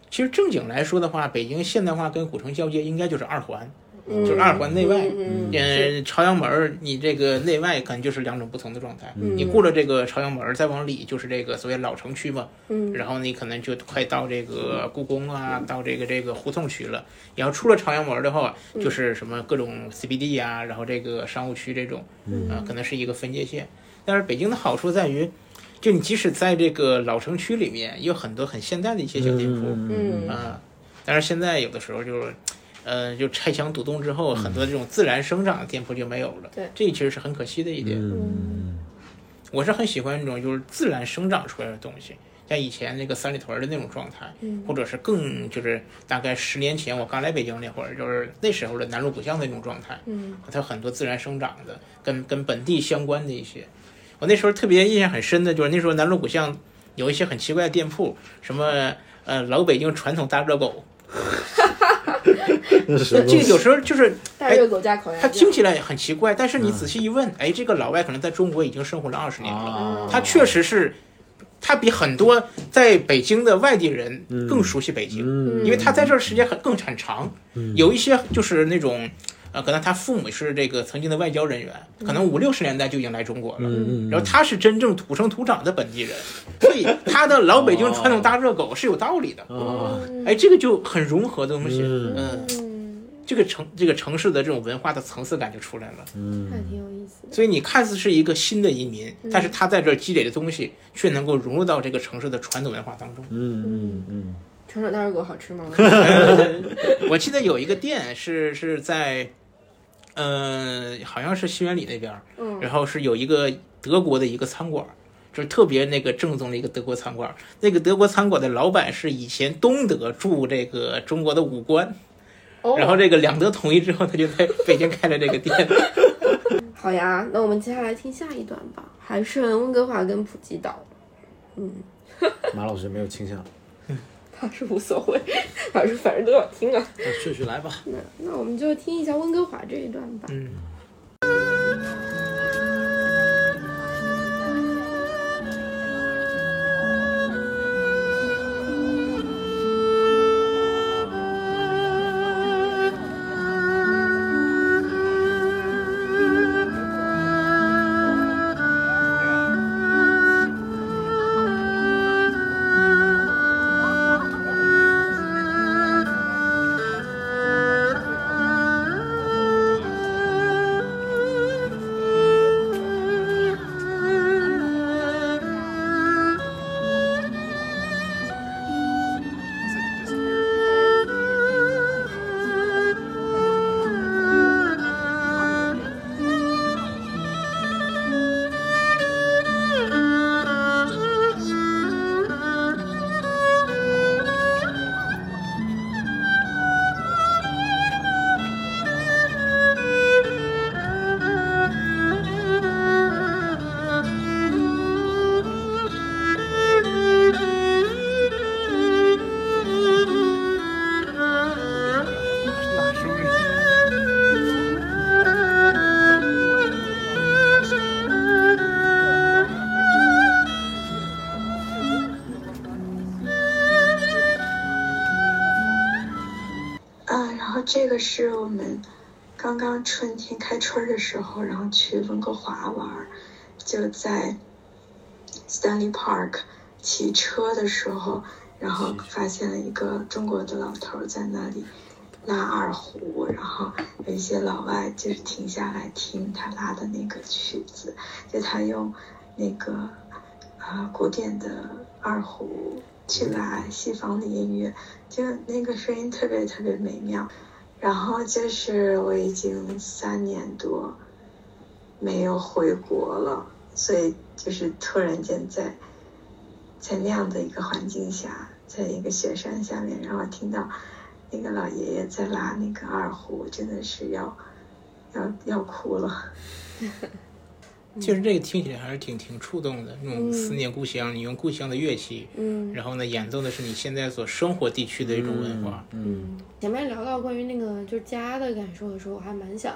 S3: 其实正经来说的话，北京现代化跟古城交接应该就是二环，
S2: 嗯
S3: 就是二环内外。
S2: 嗯嗯
S3: 呃，朝阳门儿你这个内外可能就是两种不同的状态。
S2: 嗯
S3: 你过了这个朝阳门儿，再往里就是这个所谓老城区嘛。
S2: 嗯
S3: 然后你可能就快到这个故宫啊，到这个这个胡同区了。然后出了朝阳门儿的话，
S2: 嗯
S3: 就是什么各种 CBD 啊，然后这个商务区这种，
S4: 嗯
S3: 啊，可能是一个分界线。但是北京的好处在于，就你即使在这个老城区里面，也有很多很现代的一些小店铺，
S2: 嗯嗯
S3: 啊，但是现在有的时候就是，呃，就拆墙堵洞之后，很多这种自然生长的店铺就没有了，
S2: 对
S3: 这其实是很可惜的一点。嗯我是很喜欢那种就是自然生长出来的东西，像以前那个三里屯的那种状态，
S2: 嗯
S3: 或者是更就是大概十年前我刚来北京那会儿，就是那时候的南锣鼓巷的那种状态，
S2: 嗯
S3: 它有很多自然生长的，跟跟本地相关的一些。我那时候特别印象很深的就是那时候南锣鼓巷有一些很奇怪的店铺，什么呃老北京传统大热狗，
S4: 那是什
S3: 嗯这
S4: 么东
S3: 个
S4: 西
S3: 有时候就是
S2: 大热狗加烤
S3: 哎它
S2: 鸭酱。
S3: 听起来很奇怪，但是你仔细一
S4: 嗯
S3: 问，哎，这个老外可能在中国已经生活了二十年
S4: 啊
S3: 了，他确实是，他比很多在北京的外地人
S4: 嗯
S3: 更熟悉北京，因为他在这儿时间很更很长，
S4: 嗯
S3: 有一些就是那种。呃，可能他父母是这个曾经的外交人员，可能五六十年代就已经来中国了，
S4: 嗯
S3: 然后他是真正土生土长的本地人，所以他的老北京
S4: 哦
S3: 传统大热狗是有道理的。
S4: 啊，
S3: 哎，这个就很融合的东西，
S4: 嗯
S3: 嗯，这个城这个城市的这种文化的层次感就出来了。
S4: 嗯，
S2: 还挺有意思的，
S3: 所以你看似是一个新的移民
S2: 嗯，
S3: 但是他在这儿积累的东西却能够融入到这个城市的传统文化当 中。
S4: 嗯嗯嗯，
S2: 传 统大热狗好吃吗？
S3: 我记得有一个店是是在嗯、好像是西园里那边儿，
S2: 嗯
S3: 然后是有一个德国的一个餐馆儿，就是特别那个正宗的一个德国餐馆儿。那个德国餐馆的老板是以前东德驻这个中国的武官，
S2: 哦
S3: 然后这个两德统一之后，他就在北京开了这个店。
S2: 好呀，那我们接下来听下一段吧，还是温哥华跟普吉岛。嗯，
S4: 马老师没有倾向，
S2: 他是无所谓， 他是反正都要听啊。
S4: 那顺序来吧。
S2: 那那我们就听一下温哥华这一段吧。
S3: 嗯。
S12: 啊，然后这个是我们刚刚春天开春儿的时候，然后去温哥华玩儿，就在 Stanley Park 骑车的时候，然后发现了一个中国的老头儿在那里拉二胡，然后有一些老外就停下来听他拉的那个曲子，就他用那个啊、古典的二胡去拉西方的音乐，就那个声音特别特别美妙。然后就是我已经三年多没有回国了，所以就是突然间在在那样的一个环境下，在一个雪山下面，然后听到那个老爷爷在拉那个二胡，真的是要要要哭了。
S3: 就是这个听起来还是挺挺触动的，那种
S12: 嗯
S3: 思念故乡，你用故乡的乐器，
S2: 嗯
S3: 然后呢演奏的是你现在所生活地区的一种文化，
S4: 嗯，
S13: 前面聊到关于那个就是家的感受的时候，我还蛮想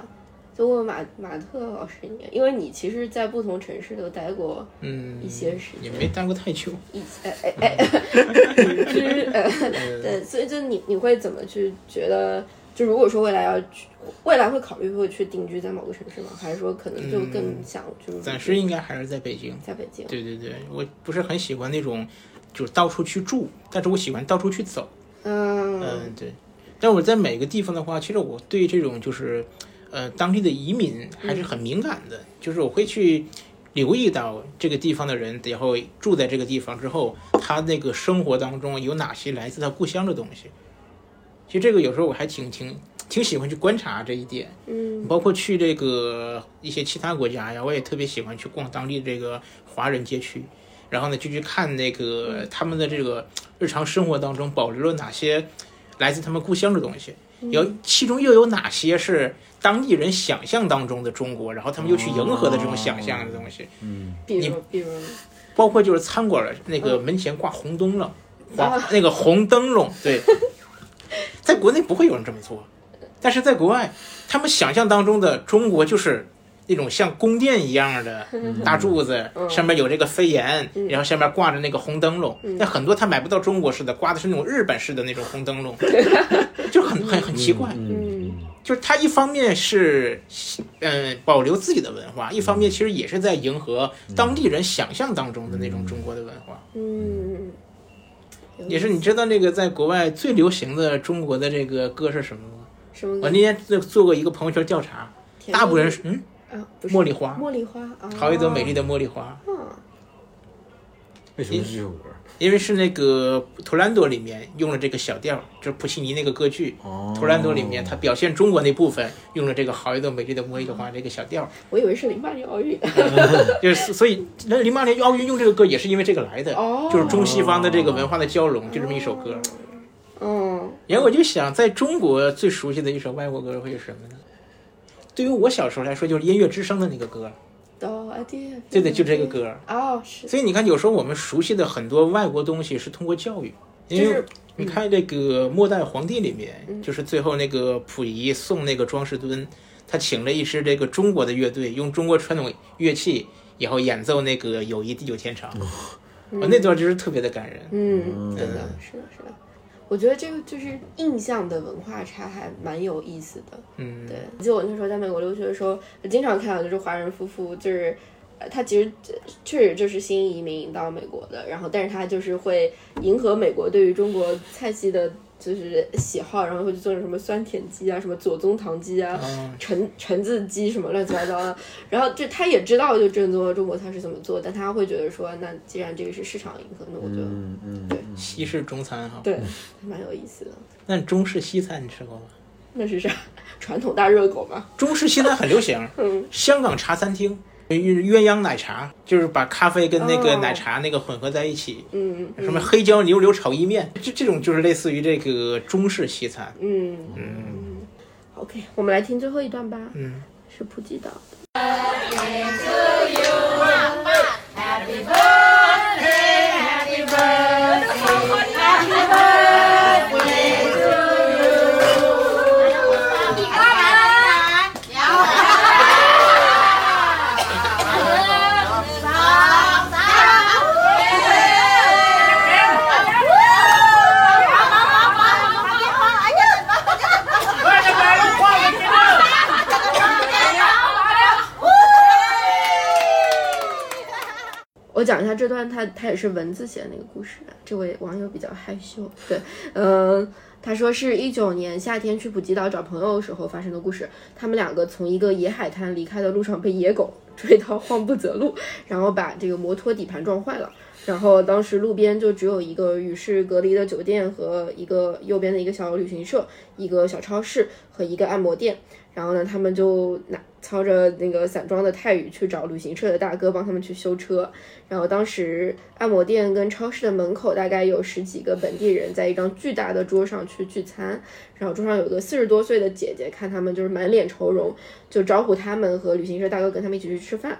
S13: 就问问马马特老师你，因为你其实，在不同城市都待过
S3: 嗯，
S13: 一些时
S3: 也
S13: 间，
S3: 没待过太久，
S13: 以哎哎哎，就是呃，
S3: 嗯
S13: 对，所以就你你会怎么去觉得？就如果说未来要去，未来会考虑会去定居在某个城市吗？还是说可能就更
S3: 嗯
S13: 想就是
S3: 暂时应该还是在北京，
S13: 在北京？
S3: 对对对，我不是很喜欢那种就是到处去住，但是我喜欢到处去走。
S13: 嗯
S3: 嗯，对。但我在每个地方的话，其实我对这种就是，呃，当地的移民还是很敏感的，就是我会去留意到这个地方的人，然后住在这个地方之后，他那个生活当中有哪些来自他故乡的东西。其实这个有时候我还挺挺挺喜欢去观察这一点。
S13: 嗯
S3: 包括去这个一些其他国家呀，我也特别喜欢去逛当地这个华人街区，然后呢，就去看那
S13: 嗯
S3: 个他们的这个日常生活当中保留了哪些来自他们故乡的东西，
S13: 嗯
S3: 有其中又有哪些是当地人想象当中的中国，然后他们又去迎合的这种想象的东西，
S4: 嗯，
S13: 比如比如，
S3: 包括就是餐馆儿那个门前挂红灯笼，挂
S13: 嗯啊
S3: 那个红 灯笼，对，在国内不会有人这么做，但是在国外，他们想象当中的中国就是那种像宫殿一样的
S13: 嗯
S3: 大柱子，
S13: 嗯
S3: 上面有这个飞檐，
S13: 嗯
S3: 然后下面挂着那个红灯笼
S13: 嗯，
S3: 但很多他买不到中国式的，挂的是那种日本式的那种红 灯笼，就很很很奇怪，
S13: 嗯
S3: 就是他一方面是，嗯，保留自己的文化，一方面其实也是在迎合当地人想象当中的那种中国的文化。
S13: 嗯，有
S3: 也是，
S13: 意
S3: 你
S13: 思
S3: 知道那个在国外最流行的中国的这个歌是什么吗？
S13: 什么歌？
S3: 我那天做做过一个朋友圈调查，
S13: 甜
S3: 大部分人
S13: 蜜
S3: 是嗯，
S13: 啊，不是
S3: 茉莉花
S13: 茉莉花啊，
S3: 好一朵美丽的茉莉花，
S13: 啊，
S4: 嗯为什么是这首歌？
S3: 因为是那个《图兰朵》里面用了这个小调，就是普契尼那个歌剧《图兰朵》里面，他表现中国那部分用了这个“好一朵美丽的茉莉花”这个小调。
S2: 我以为是零八年奥 运，
S3: 就是所以那零八年奥运用这个歌也是因为这个来的，
S2: 哦
S3: 就是中西方的这个文化的交融，就这么一首歌。
S2: 嗯，
S3: 然后我就想，在中国最熟悉的一首外国歌会是什么呢？对于我小时候来说，就是《音乐之声》的那个歌。
S2: 哆啊爹，
S3: 对对，就这个歌。
S2: 哦，是，
S3: 所以你看，有时候我们熟悉的很多外国东西是通过教育，因
S2: 就
S3: 为
S2: 是嗯
S3: 你看这个《末代皇帝》里面，就是最后那个溥仪送那个庄士敦，他请了一支这个中国的乐队，用中国传统乐器，然后演奏那个《友谊地久天长》
S2: 嗯
S3: 啊那段就是特别的感人。
S2: 嗯，真的是的，是的。我觉得这个就是印象的文化差，还蛮有意思的。
S3: 嗯，
S2: 对，记得我那时候在美国留学的时候，经常看到就是华人夫妇，就是呃他其实呃确实就是新移民到美国的，然后但是他就是会迎合美国对于中国菜系的。就是喜好，然后会去做什么酸甜鸡啊，什么左宗棠鸡啊
S3: 嗯，
S2: 橙橙子鸡什么乱七八糟的。然后就他也知道，就正宗的中国菜是怎么做，但他会觉得说，那既然这个是市场迎合，那我就、
S4: 嗯嗯，
S2: 对，
S3: 西式中餐哈。
S2: 对，还蛮有意思的。
S3: 那中式西餐你吃过吗？
S2: 那是啥？ 传统大热狗吗？
S3: 中式西餐很流行，
S2: 嗯，
S3: 香港茶餐厅鸳鸯奶茶，就是把咖啡跟那个
S2: 哦
S3: 奶茶那个混合在一起。
S2: 嗯，嗯
S3: 什么黑椒牛柳炒意面，这这种就是类似于这个中式西餐。
S2: 嗯
S3: 嗯，
S2: ，OK，我们来听最后一段吧。
S3: 嗯，
S2: 是普吉岛的。我讲一下这段，它它也是文字写的那个故事啊。这位网友比较害羞，对，嗯，他说是一九年夏天去普吉岛找朋友的时候发生的故事。他们两个从一个野海滩离开的路上被野狗 追到慌不择路，然后把这个摩托底盘撞坏了。然后当时路边就只有一个与世隔离的酒店和一个右边的一个小旅行社、一个小超市和一个按摩店。然后呢，他们就拿操着那个散装的泰语去找旅行社的大哥帮他们去修车。然后当时按摩店跟超市的门口大概有十几个本地人在一张巨大的桌上去聚餐，然后桌上有个四十多岁的姐姐，看他们就是满脸愁容，就招呼他们和旅行社大哥跟他们一起去吃饭。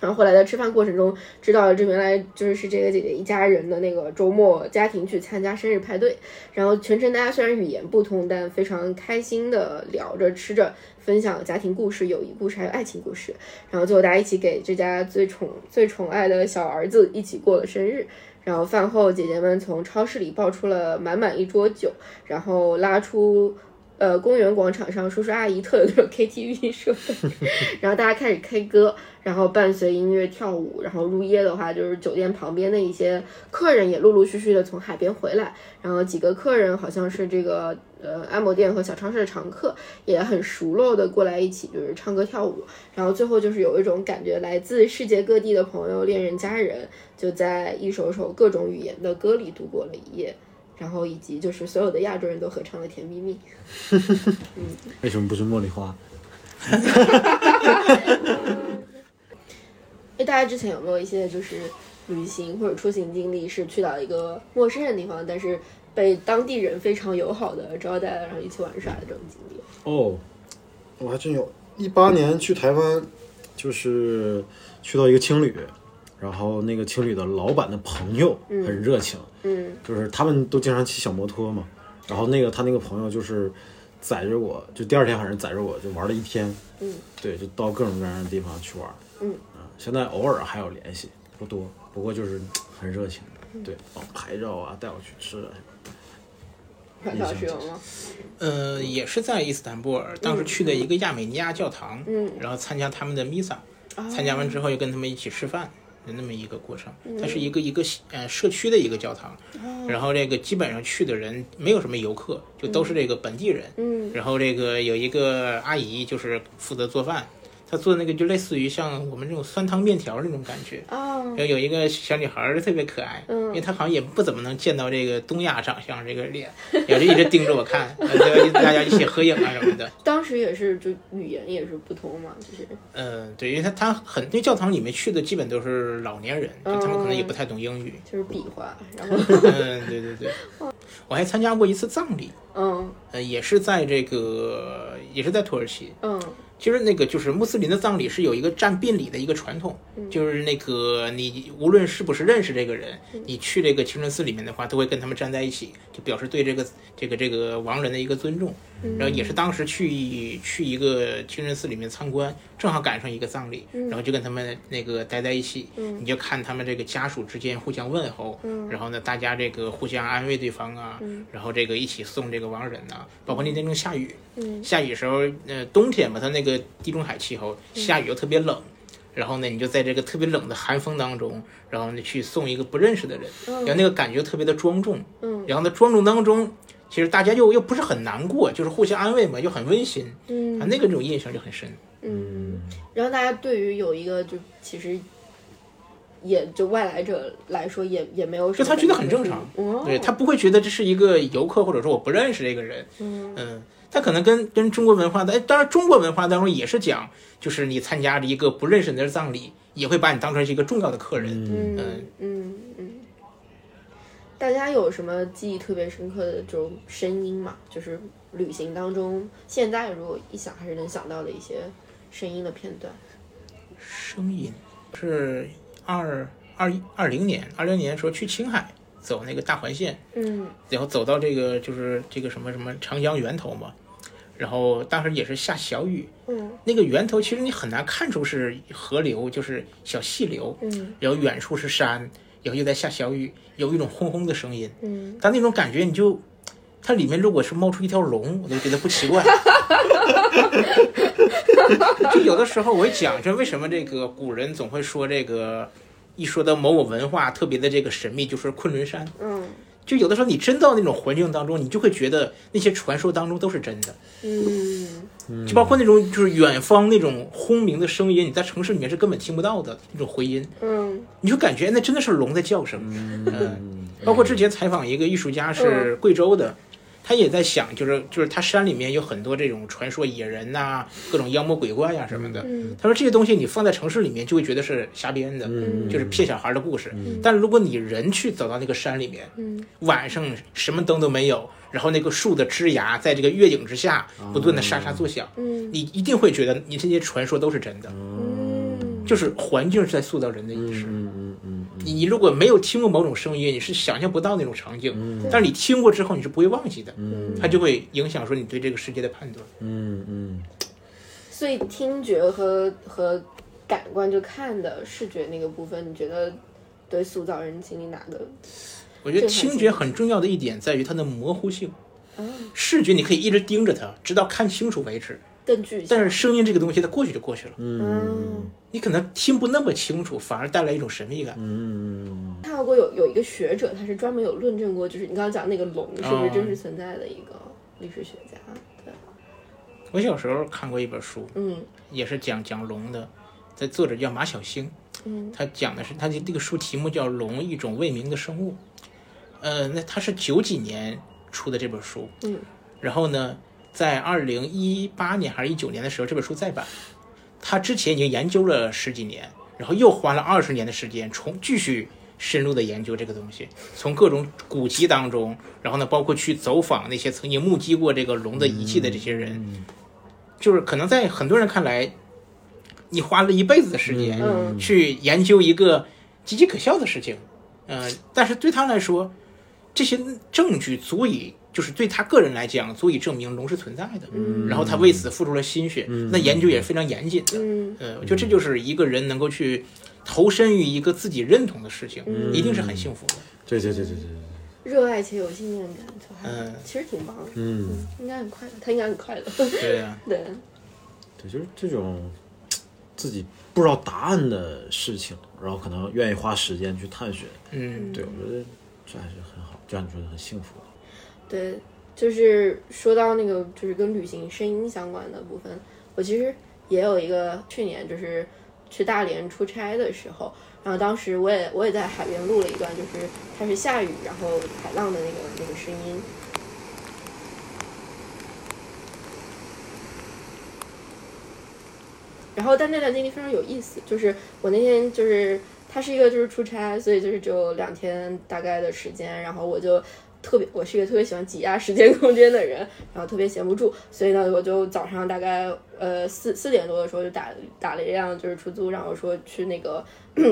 S2: 然后后来在吃饭过程中，知道了这原来就是是这个姐姐一家人的那个周末家庭去参加生日派对。然后全程大家虽然语言不通，但非常开心的聊着吃着，分享家庭故事、友谊故事还有爱情故事。然后最后大家一起给这家最宠最宠爱的小儿子一起过了生日。然后饭后，姐姐们从超市里抱出了满满一桌酒，然后拉出呃公园广场上叔叔阿姨特有那种 KTV 设备， 然后大家开始 K 歌，然后伴随音乐跳舞，然后入夜的话，就是酒店旁边的一些客人也陆陆续续的从海边回来，然后几个客人好像是这个呃按摩店和小超市的常客，也很熟络的过来一起就是唱歌跳舞，然后最后就是有一种感觉，来自世界各地的朋友、恋人、家人，就在一首首各种语言的歌里度过了一夜。然后以及就是所有的亚洲人都合唱了《甜蜜蜜》，
S4: 为什么不是茉莉花？
S2: 哎，大家之前有没有一些就是旅行或者出行经历，是去到一个陌生的地方，但是被当地人非常友好的招待，然后一起玩耍的这种经历？
S4: 哦，我还真有。一八年去台湾，就是去到一个青旅，然后那个青旅的老板的朋友
S2: 嗯
S4: 很热情，
S2: 嗯
S4: 就是他们都经常骑小摩托嘛。然后那个他那个朋友就是载着我，就第二天晚上载着我就玩了一天，
S2: 嗯
S4: 对，就到各种各样的地方去玩。啊
S2: 嗯
S4: 现在偶尔还有联系，不多，不过就是很热情，
S2: 嗯
S4: 对，帮我拍照啊，带我去吃啊。
S2: 阮老师有吗？
S3: 呃，也是在伊斯坦布尔，当时去的一个亚美尼亚教堂，
S2: 嗯
S3: 然后参加他们的弥撒，
S2: 哦
S3: 参加完之后又跟他们一起吃饭，就那么一个过程
S2: 嗯。
S3: 它是一个一个呃社区的一个教堂，
S2: 哦
S3: 然后这个基本上去的人没有什么游客，就都是这个本地人。
S2: 嗯
S3: 然后这个有一个阿姨就是负责做饭，他做那个就类似于像我们这种酸汤面条那种感觉。
S2: 哦
S3: 然后有一个小女孩儿特别可爱，
S2: 嗯
S3: 因为她好像也不怎么能见到这个东亚长相这个脸，也就一直盯着我看，然后就大家一起合影啊什么的。
S2: 当时也是，就语言也是不通嘛，就是
S3: 嗯，对，因为他他很，因为教堂里面去的基本都是老年人，就他们可能也不太懂英语。
S2: 就是比划，然 后
S3: 嗯，对对对，我还参加过一次葬礼，
S2: 嗯
S3: 呃，也是在这个，也是在土耳其。
S2: 嗯
S3: 其实那个就是穆斯林的葬礼是有一个占殡礼的一个传统，
S2: 嗯
S3: 就是那个你无论是不是认识这个人，你去这个清真寺里面的话，都会跟他们站在一起，就表示对这个这个这个亡人的一个尊重。
S2: 嗯
S3: 然后也是当时去去一个清真寺里面参观，正好赶上一个葬礼，
S2: 嗯
S3: 然后就跟他们那个待在一起，
S2: 嗯
S3: 你就看他们这个家属之间互相问候，
S2: 嗯
S3: 然后呢大家这个互相安慰对方啊，
S2: 嗯
S3: 然后这个一起送这个亡人呐、包括那天正下雨，
S2: 嗯
S3: 下雨时候，呃，冬天嘛，它那个地中海气候，
S2: 嗯
S3: 下雨又特别冷，然后呢，你就在这个特别冷的寒风当中，然后呢去送一个不认识的人，
S2: 嗯
S3: 然后那个感觉特别的庄重，
S2: 嗯
S3: 然后呢，庄重当中，其实大家又又不是很难过，就是互相安慰嘛，又很温馨，
S2: 嗯
S3: 啊，那个这种印象就很深。
S2: 嗯，然后大家对于有一个就其实也就外来者来说也也没有什
S3: 就
S2: 么，
S3: 他觉得很正常，
S2: 哦
S3: 对他不会觉得这是一个游客，或者说我不认识这个人，
S2: 嗯
S3: 嗯，他可能跟跟中国文化的，哎当然中国文化当中也是讲，就是你参加了一个不认识人的葬礼，也会把你当成是一个重要的客人，
S2: 嗯嗯嗯，大家有什么记忆特别深刻的这种声音吗？就是旅行当中，现在如果一想还是能想到的一些声音的片段。
S3: 声音是二二二零年，二零年的时候去青海走那个大环线，
S2: 嗯
S3: 然后走到这个就是这个什么什么长江源头嘛，然后当时也是下小雨，
S2: 嗯
S3: 那个源头其实你很难看出是河流，就是小细流，
S2: 嗯
S3: 然后远处是山，然后又在下小雨，有一种轰轰的声音，
S2: 嗯，
S3: 但那种感觉你就，它里面如果是冒出一 条龙，我都觉得不奇怪。 就有的时候我一讲，这为什么这个古人总会说这个，一说到某某文化特别的这个神秘，就是昆仑山。
S2: 嗯
S3: 就有的时候你真到那种环境当中，你就会觉得那些传说当中都是真的，
S2: 嗯
S3: 就包括那种就是远方那种轰鸣的声音，你在城市里面是根本听不到的那种回音。
S2: 嗯
S3: 你就感觉哎那真的是龙在叫声。嗯，包括之前采访一个艺术家
S2: 嗯
S3: 是贵州的，他也在想，就是就是他山里面有很多这种传说野人呐、各种妖魔鬼怪呀、什么的。
S2: 嗯
S3: 他说这些东西你放在城市里面就会觉得是瞎编的，
S2: 嗯
S3: 就是骗小孩的故事。
S2: 嗯
S3: 但如果你人去走到那个山里面，
S2: 嗯
S3: 晚上什么灯都没有，然后那个树的枝芽在这个月影之下不断的沙沙作响，
S2: 哦嗯哦
S3: 你一定会觉得你这些传说都是真的，
S2: 嗯
S3: 就是环境是在塑造人的意识。
S4: 嗯
S3: 你你如果没有听过某种声音，你是想象不到那种场景，但是你听过之后，你是不会忘记的，它就会影响说你对这个世界的判断。
S4: 嗯嗯，
S2: 所以听觉和和感官就看的视觉那个部分，你觉得对塑造人经历哪个？
S3: 我觉得
S2: 震撼
S3: 听
S2: 性
S3: 觉很重要的一点在于它的模糊性，
S2: 嗯，
S3: 视觉你可以一直盯着它，直到看清楚为止，
S2: 更具象。
S3: 但是声音这个东西它过去就过去了，
S2: 嗯，
S3: 你可能听不那么清楚，反而带来一种神秘感。
S2: 看到过有有一个学者，他是专门有论证过，就是你刚刚讲那个龙是不是真实存在的一个历史学家？对，
S3: 我小时候看过一本书，
S2: 嗯
S3: 也是讲讲龙的，这作者叫马晓星，
S2: 嗯
S3: 他讲的是他的这个书题目叫《龙：一种未明的生物》，呃，那他是九几年出的这本书，
S2: 嗯
S3: 然后呢，在二零一八年还是一九年的时候，这本书再版。他之前已经研究了十几年，然后又花了二十年的时间重继续深入的研究这个东西，从各种古籍当中，然后呢，包括去走访那些曾经目击过这个龙的遗迹的这些人，
S2: 嗯
S3: 就是可能在很多人看来，你花了一辈子的时间
S2: 嗯
S3: 去研究一个岌岌可笑的事情，嗯、但是对他来说，这些证据足以，就是对他个人来讲，足以证明龙是存在的。
S2: 嗯
S3: 然后他为此付出了心血，那研究也是非常严谨的。
S2: 嗯
S3: 呃，我觉得这就是一个人能够去投身于一个自己认同的事情，
S2: 嗯
S3: 一定是很幸福的。
S4: 对对对对对，
S2: 热爱且有信念感，就还
S3: 嗯
S2: 其实挺棒的，
S4: 嗯，
S2: 应该很快乐，他应该很快乐。
S3: 对啊
S2: 对，
S4: 对，就是这种自己不知道答案的事情，然后可能愿意花时间去探寻，
S3: 嗯
S4: 对，我觉得这还是很好，就像你说的很幸福。
S2: 对，就是说到那个就是跟旅行声音相关的部分，我其实也有一个去年就是去大连出差的时候，然后当时我也我也在海边录了一段，就是开始下雨，然后海浪的那个那个声音。然后，但那段经历非常有意思，就是我那天就是他是一个就是出差，所以就是只有两天大概的时间，然后我就特别，我是一个特别喜欢挤压时间空间的人，然后特别闲不住，所以呢，我就早上大概呃四四点多的时候就打打了一辆就是出租，然后说去那个。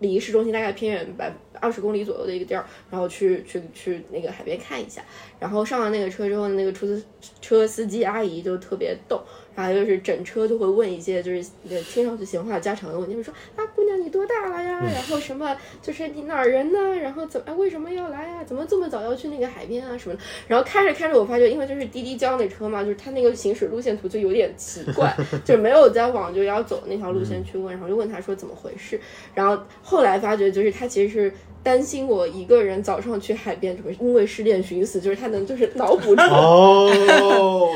S2: 离市中心大概偏远百二十公里左右的一个地儿，然后去去去那个海边看一下。然后上了那个车之后，那个出租车司机阿姨就特别逗，然后就是整车就会问一些就是听上去闲话家常的问题，比如说啊姑娘你多大了呀？然后什么就是你哪儿人呢？然后怎么、啊、为什么要来呀、啊？怎么这么早要去那个海边啊什么的？然后开着开着，我发觉因为就是滴滴交那车嘛，就是它那个行驶路线图就有点奇怪，就是没有在往就要走那条路线去问，然后就问他说怎么回事，嗯然后。后来发觉，就是他其实是担心我一个人早上去海边，么因为失恋寻死，就是他能就是脑补出
S4: 哦。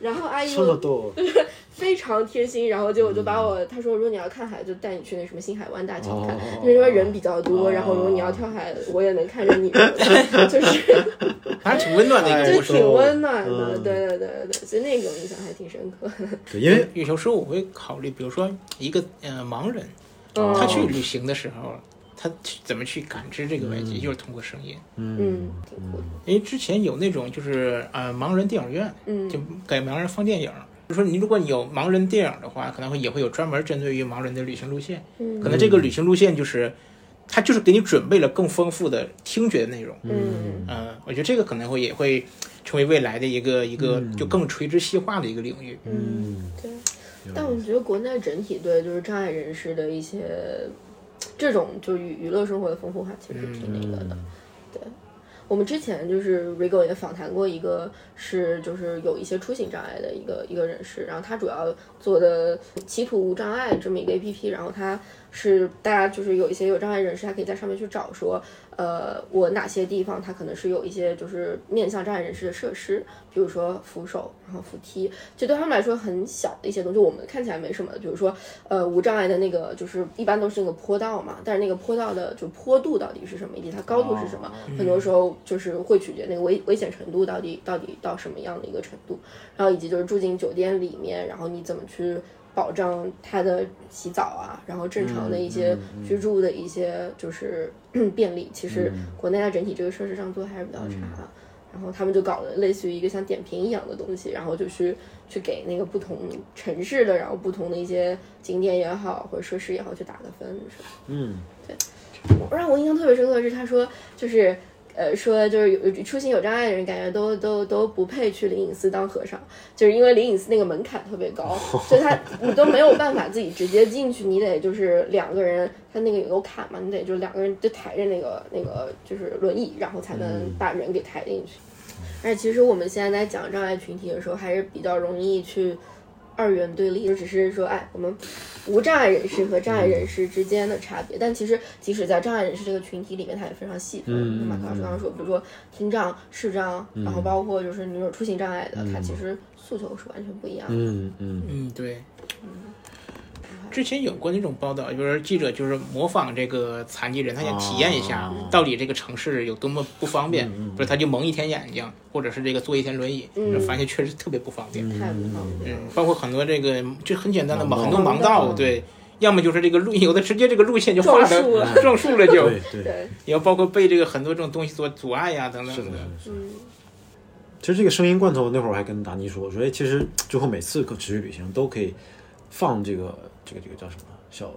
S2: 然后阿姨
S4: 这么逗，
S2: 就是非常贴心。然后结果就
S3: 嗯
S2: 把我，他说如果你要看海，就带你去那什么新海湾
S4: 啊
S2: 大桥
S3: 哦
S2: 看，哦因为说人
S4: 哦
S2: 比较多。然后如果你要跳海，我也能看着你， 就是
S3: 还挺温暖的一个
S2: 故事，就挺温暖
S3: 嗯
S2: 的。对对对对对，所以那个印象还挺深刻。
S4: 对，因为
S3: 有时候我会考虑，比如说一个呃盲人。
S4: 嗯
S2: 哦
S3: 他
S4: 哦
S3: 去旅行的时候，他去怎么去感知这个外界，就是通过声音。
S2: 嗯，
S3: 因为之前有那种就是呃盲人电影院，
S2: 嗯，
S3: 就给盲人放电影。就说你如果你有盲人电影的话，可能会也会有专门针对于盲人的旅行路线。
S2: 嗯，
S3: 可能这个旅行路线就是，他就是给你准备了更丰富的听觉内容。
S2: 嗯，
S3: 嗯，我觉得这个可能会也会成为未来的一个一个就更垂直细化的一个领域。
S2: 嗯，对。但我觉得国内整体对就是障碍人士的一些这种就娱娱乐生活的丰富化，其实挺
S4: 嗯
S2: 那
S3: 嗯
S2: 个的。对，我们之前就是 Rigo 也访谈过一个，是就是有一些出行障碍的一个一个人士，然后他主要做的歧途无障碍这么一个 APP，然后他是大家就是有一些有障碍人士，他可以在上面去找说，呃，我哪些地方他可能是有一些就是面向障碍人士的设施，比如说扶手，然后扶梯，就对他们来说很小的一些东西，我们看起来没什么的。比如说，呃，无障碍的那个就是一般都是那个坡道嘛，但是那个坡道的就坡度到底是什么，以及它高度是什么，很多时候就是会取决那个危危险程度到底到底到什么样的一个程度，然后以及就是住进酒店里面，然后你怎么去。保障他的洗澡啊，然后正常的一些居住的一些就是、嗯嗯、便利，其实国内在整体这个设施上做还是比较差。
S4: 嗯、
S2: 然后他们就搞了类似于一个像点评一样的东西，然后就去去给那个不同城市的，然后不同的一些景点也好或者设施也好去打个分，是吧？
S4: 嗯，
S2: 对。我让我印象特别深刻的是，他说就是。呃，说就是有出行有障碍的人，感觉都都都不配去灵隐寺当和尚，就是因为灵隐寺那个门槛特别高，
S4: 哦
S2: 就他你都没有办法自己直接进去，你得就是两个人，他那个有坎嘛，你得就两个人就抬着那个那个就是轮椅，然后才能把人给抬进去。
S4: 嗯
S2: 而其实我们现在在讲障碍群体的时候，还是比较容易去二元对立，就只是说，哎，我们。无障碍人士和障碍人士之间的差别，但其实即使在障碍人士这个群体里面，它也非常细分。
S4: 嗯，
S2: 马克老师刚刚说，比如说听障、视障，然后包括就是那种出行障碍的，它其实诉求是完全不一样的。
S4: 嗯嗯
S3: 嗯，对。之前有过那种报道，就是记者就是模仿这个残疾人，他想体验一下
S2: 哦
S3: 到底这个城市有多么不
S2: 嗯
S3: 方便，不是他就蒙一天眼睛，或者是这个坐一天轮椅，
S2: 嗯
S3: 发现确实特别不方便。
S2: 太
S4: 嗯
S2: 不方便。
S3: 嗯包括很多这个就很简单的很多盲道，对，要么就是这个路有的直接这个路线就画的 撞树了就，
S4: 对，
S3: 也包括被这个很多这种东西所阻碍呀等等。
S4: 是的，嗯。其实这个声音罐头那会儿我还跟达尼说，我说哎，其实最后每次可持续旅行都可以放这个。这个这个叫什么？小，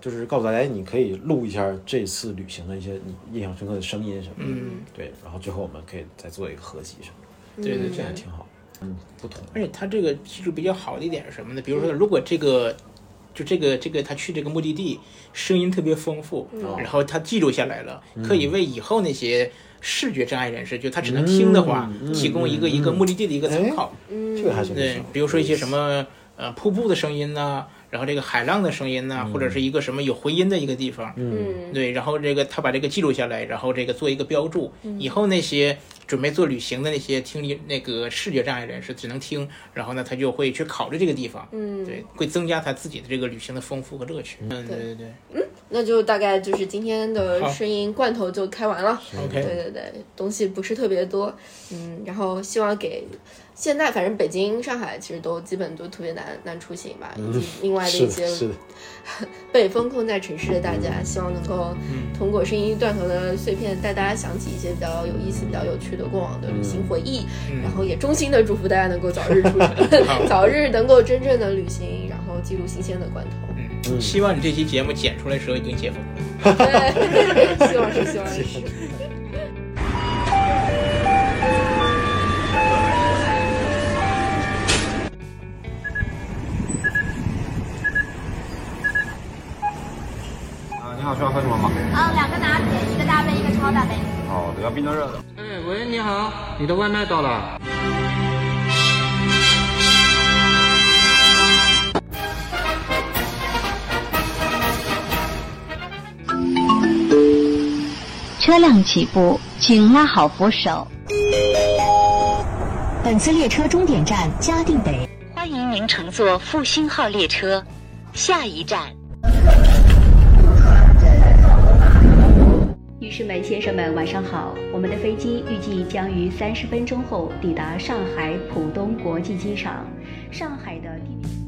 S4: 就是告诉大家，你可以录一下这次旅行的一些你印象深刻的声音什么的。
S3: 嗯，
S4: 对。然后最后我们可以再做一个合集什么
S3: 的。对对对，
S4: 这还挺好。嗯，不同。
S3: 而且它这个技术比较好的一点是什么呢？比如说，如果这个就这个这个他去这个目的地，声音特别丰富，
S4: 哦
S2: 嗯、
S3: 然后他记录下来了，
S4: 嗯
S3: 可以为以后那些。视觉障碍人士，就他只
S4: 嗯
S3: 能听的话，提供一个一个目的地的一个参考。
S4: 嗯，这个还是
S3: 对，比如说一些什么呃瀑布的声音呐。然后这个海浪的声音呐、或者是一个什么有回音的一个地方，
S4: 嗯
S3: 对，然后这个他把这个记录下来，然后这个做一个标注，
S4: 嗯
S3: 以后那些准备做旅行的那些听力那个视觉障碍人士只能听，然后呢他就会去考虑这个地方，
S2: 嗯
S3: 对，会增加他自己的这个旅行的丰富和乐趣，嗯，对对对。
S2: 那就大概就是今天的
S3: 好
S2: 声音罐头就开完了。
S3: OK
S2: 对对对，东西不是特别多，嗯，然后希望给现在反正北京、上海其实都基本都特别难难出行吧，以
S4: 嗯
S2: 及另外的
S4: 是
S2: 一
S4: 的
S2: 些
S4: 是的，
S2: 被封控在城市的大家，希望能够
S4: 嗯
S2: 通过声音断头的碎片带大家想起一些比较有意思、比较有趣的过往的旅行回忆，
S3: 嗯
S2: 然后也衷心的祝福大家能够早日 出
S3: 好
S2: 城，早日能够真正的旅行，然后记录新鲜的罐头。
S3: 嗯，希望你这期节目剪出来的时候已经解封了。
S2: 对， 希望是希望是。
S14: 啊，你好，需要喝什么吗？
S15: 啊，两个拿铁，一个大杯，一个超大杯。
S14: 好的，要冰镇热的。
S15: 哎，喂，你好。
S14: 你的外卖到了。
S16: 车辆起步，请拉好扶手。本次列车终点站嘉定北，欢迎您乘坐复兴号列车，下一站。
S17: 女士们、先生们，晚上好！我们的飞机预计将于三十分钟后抵达上海浦东国际机场。上海的地。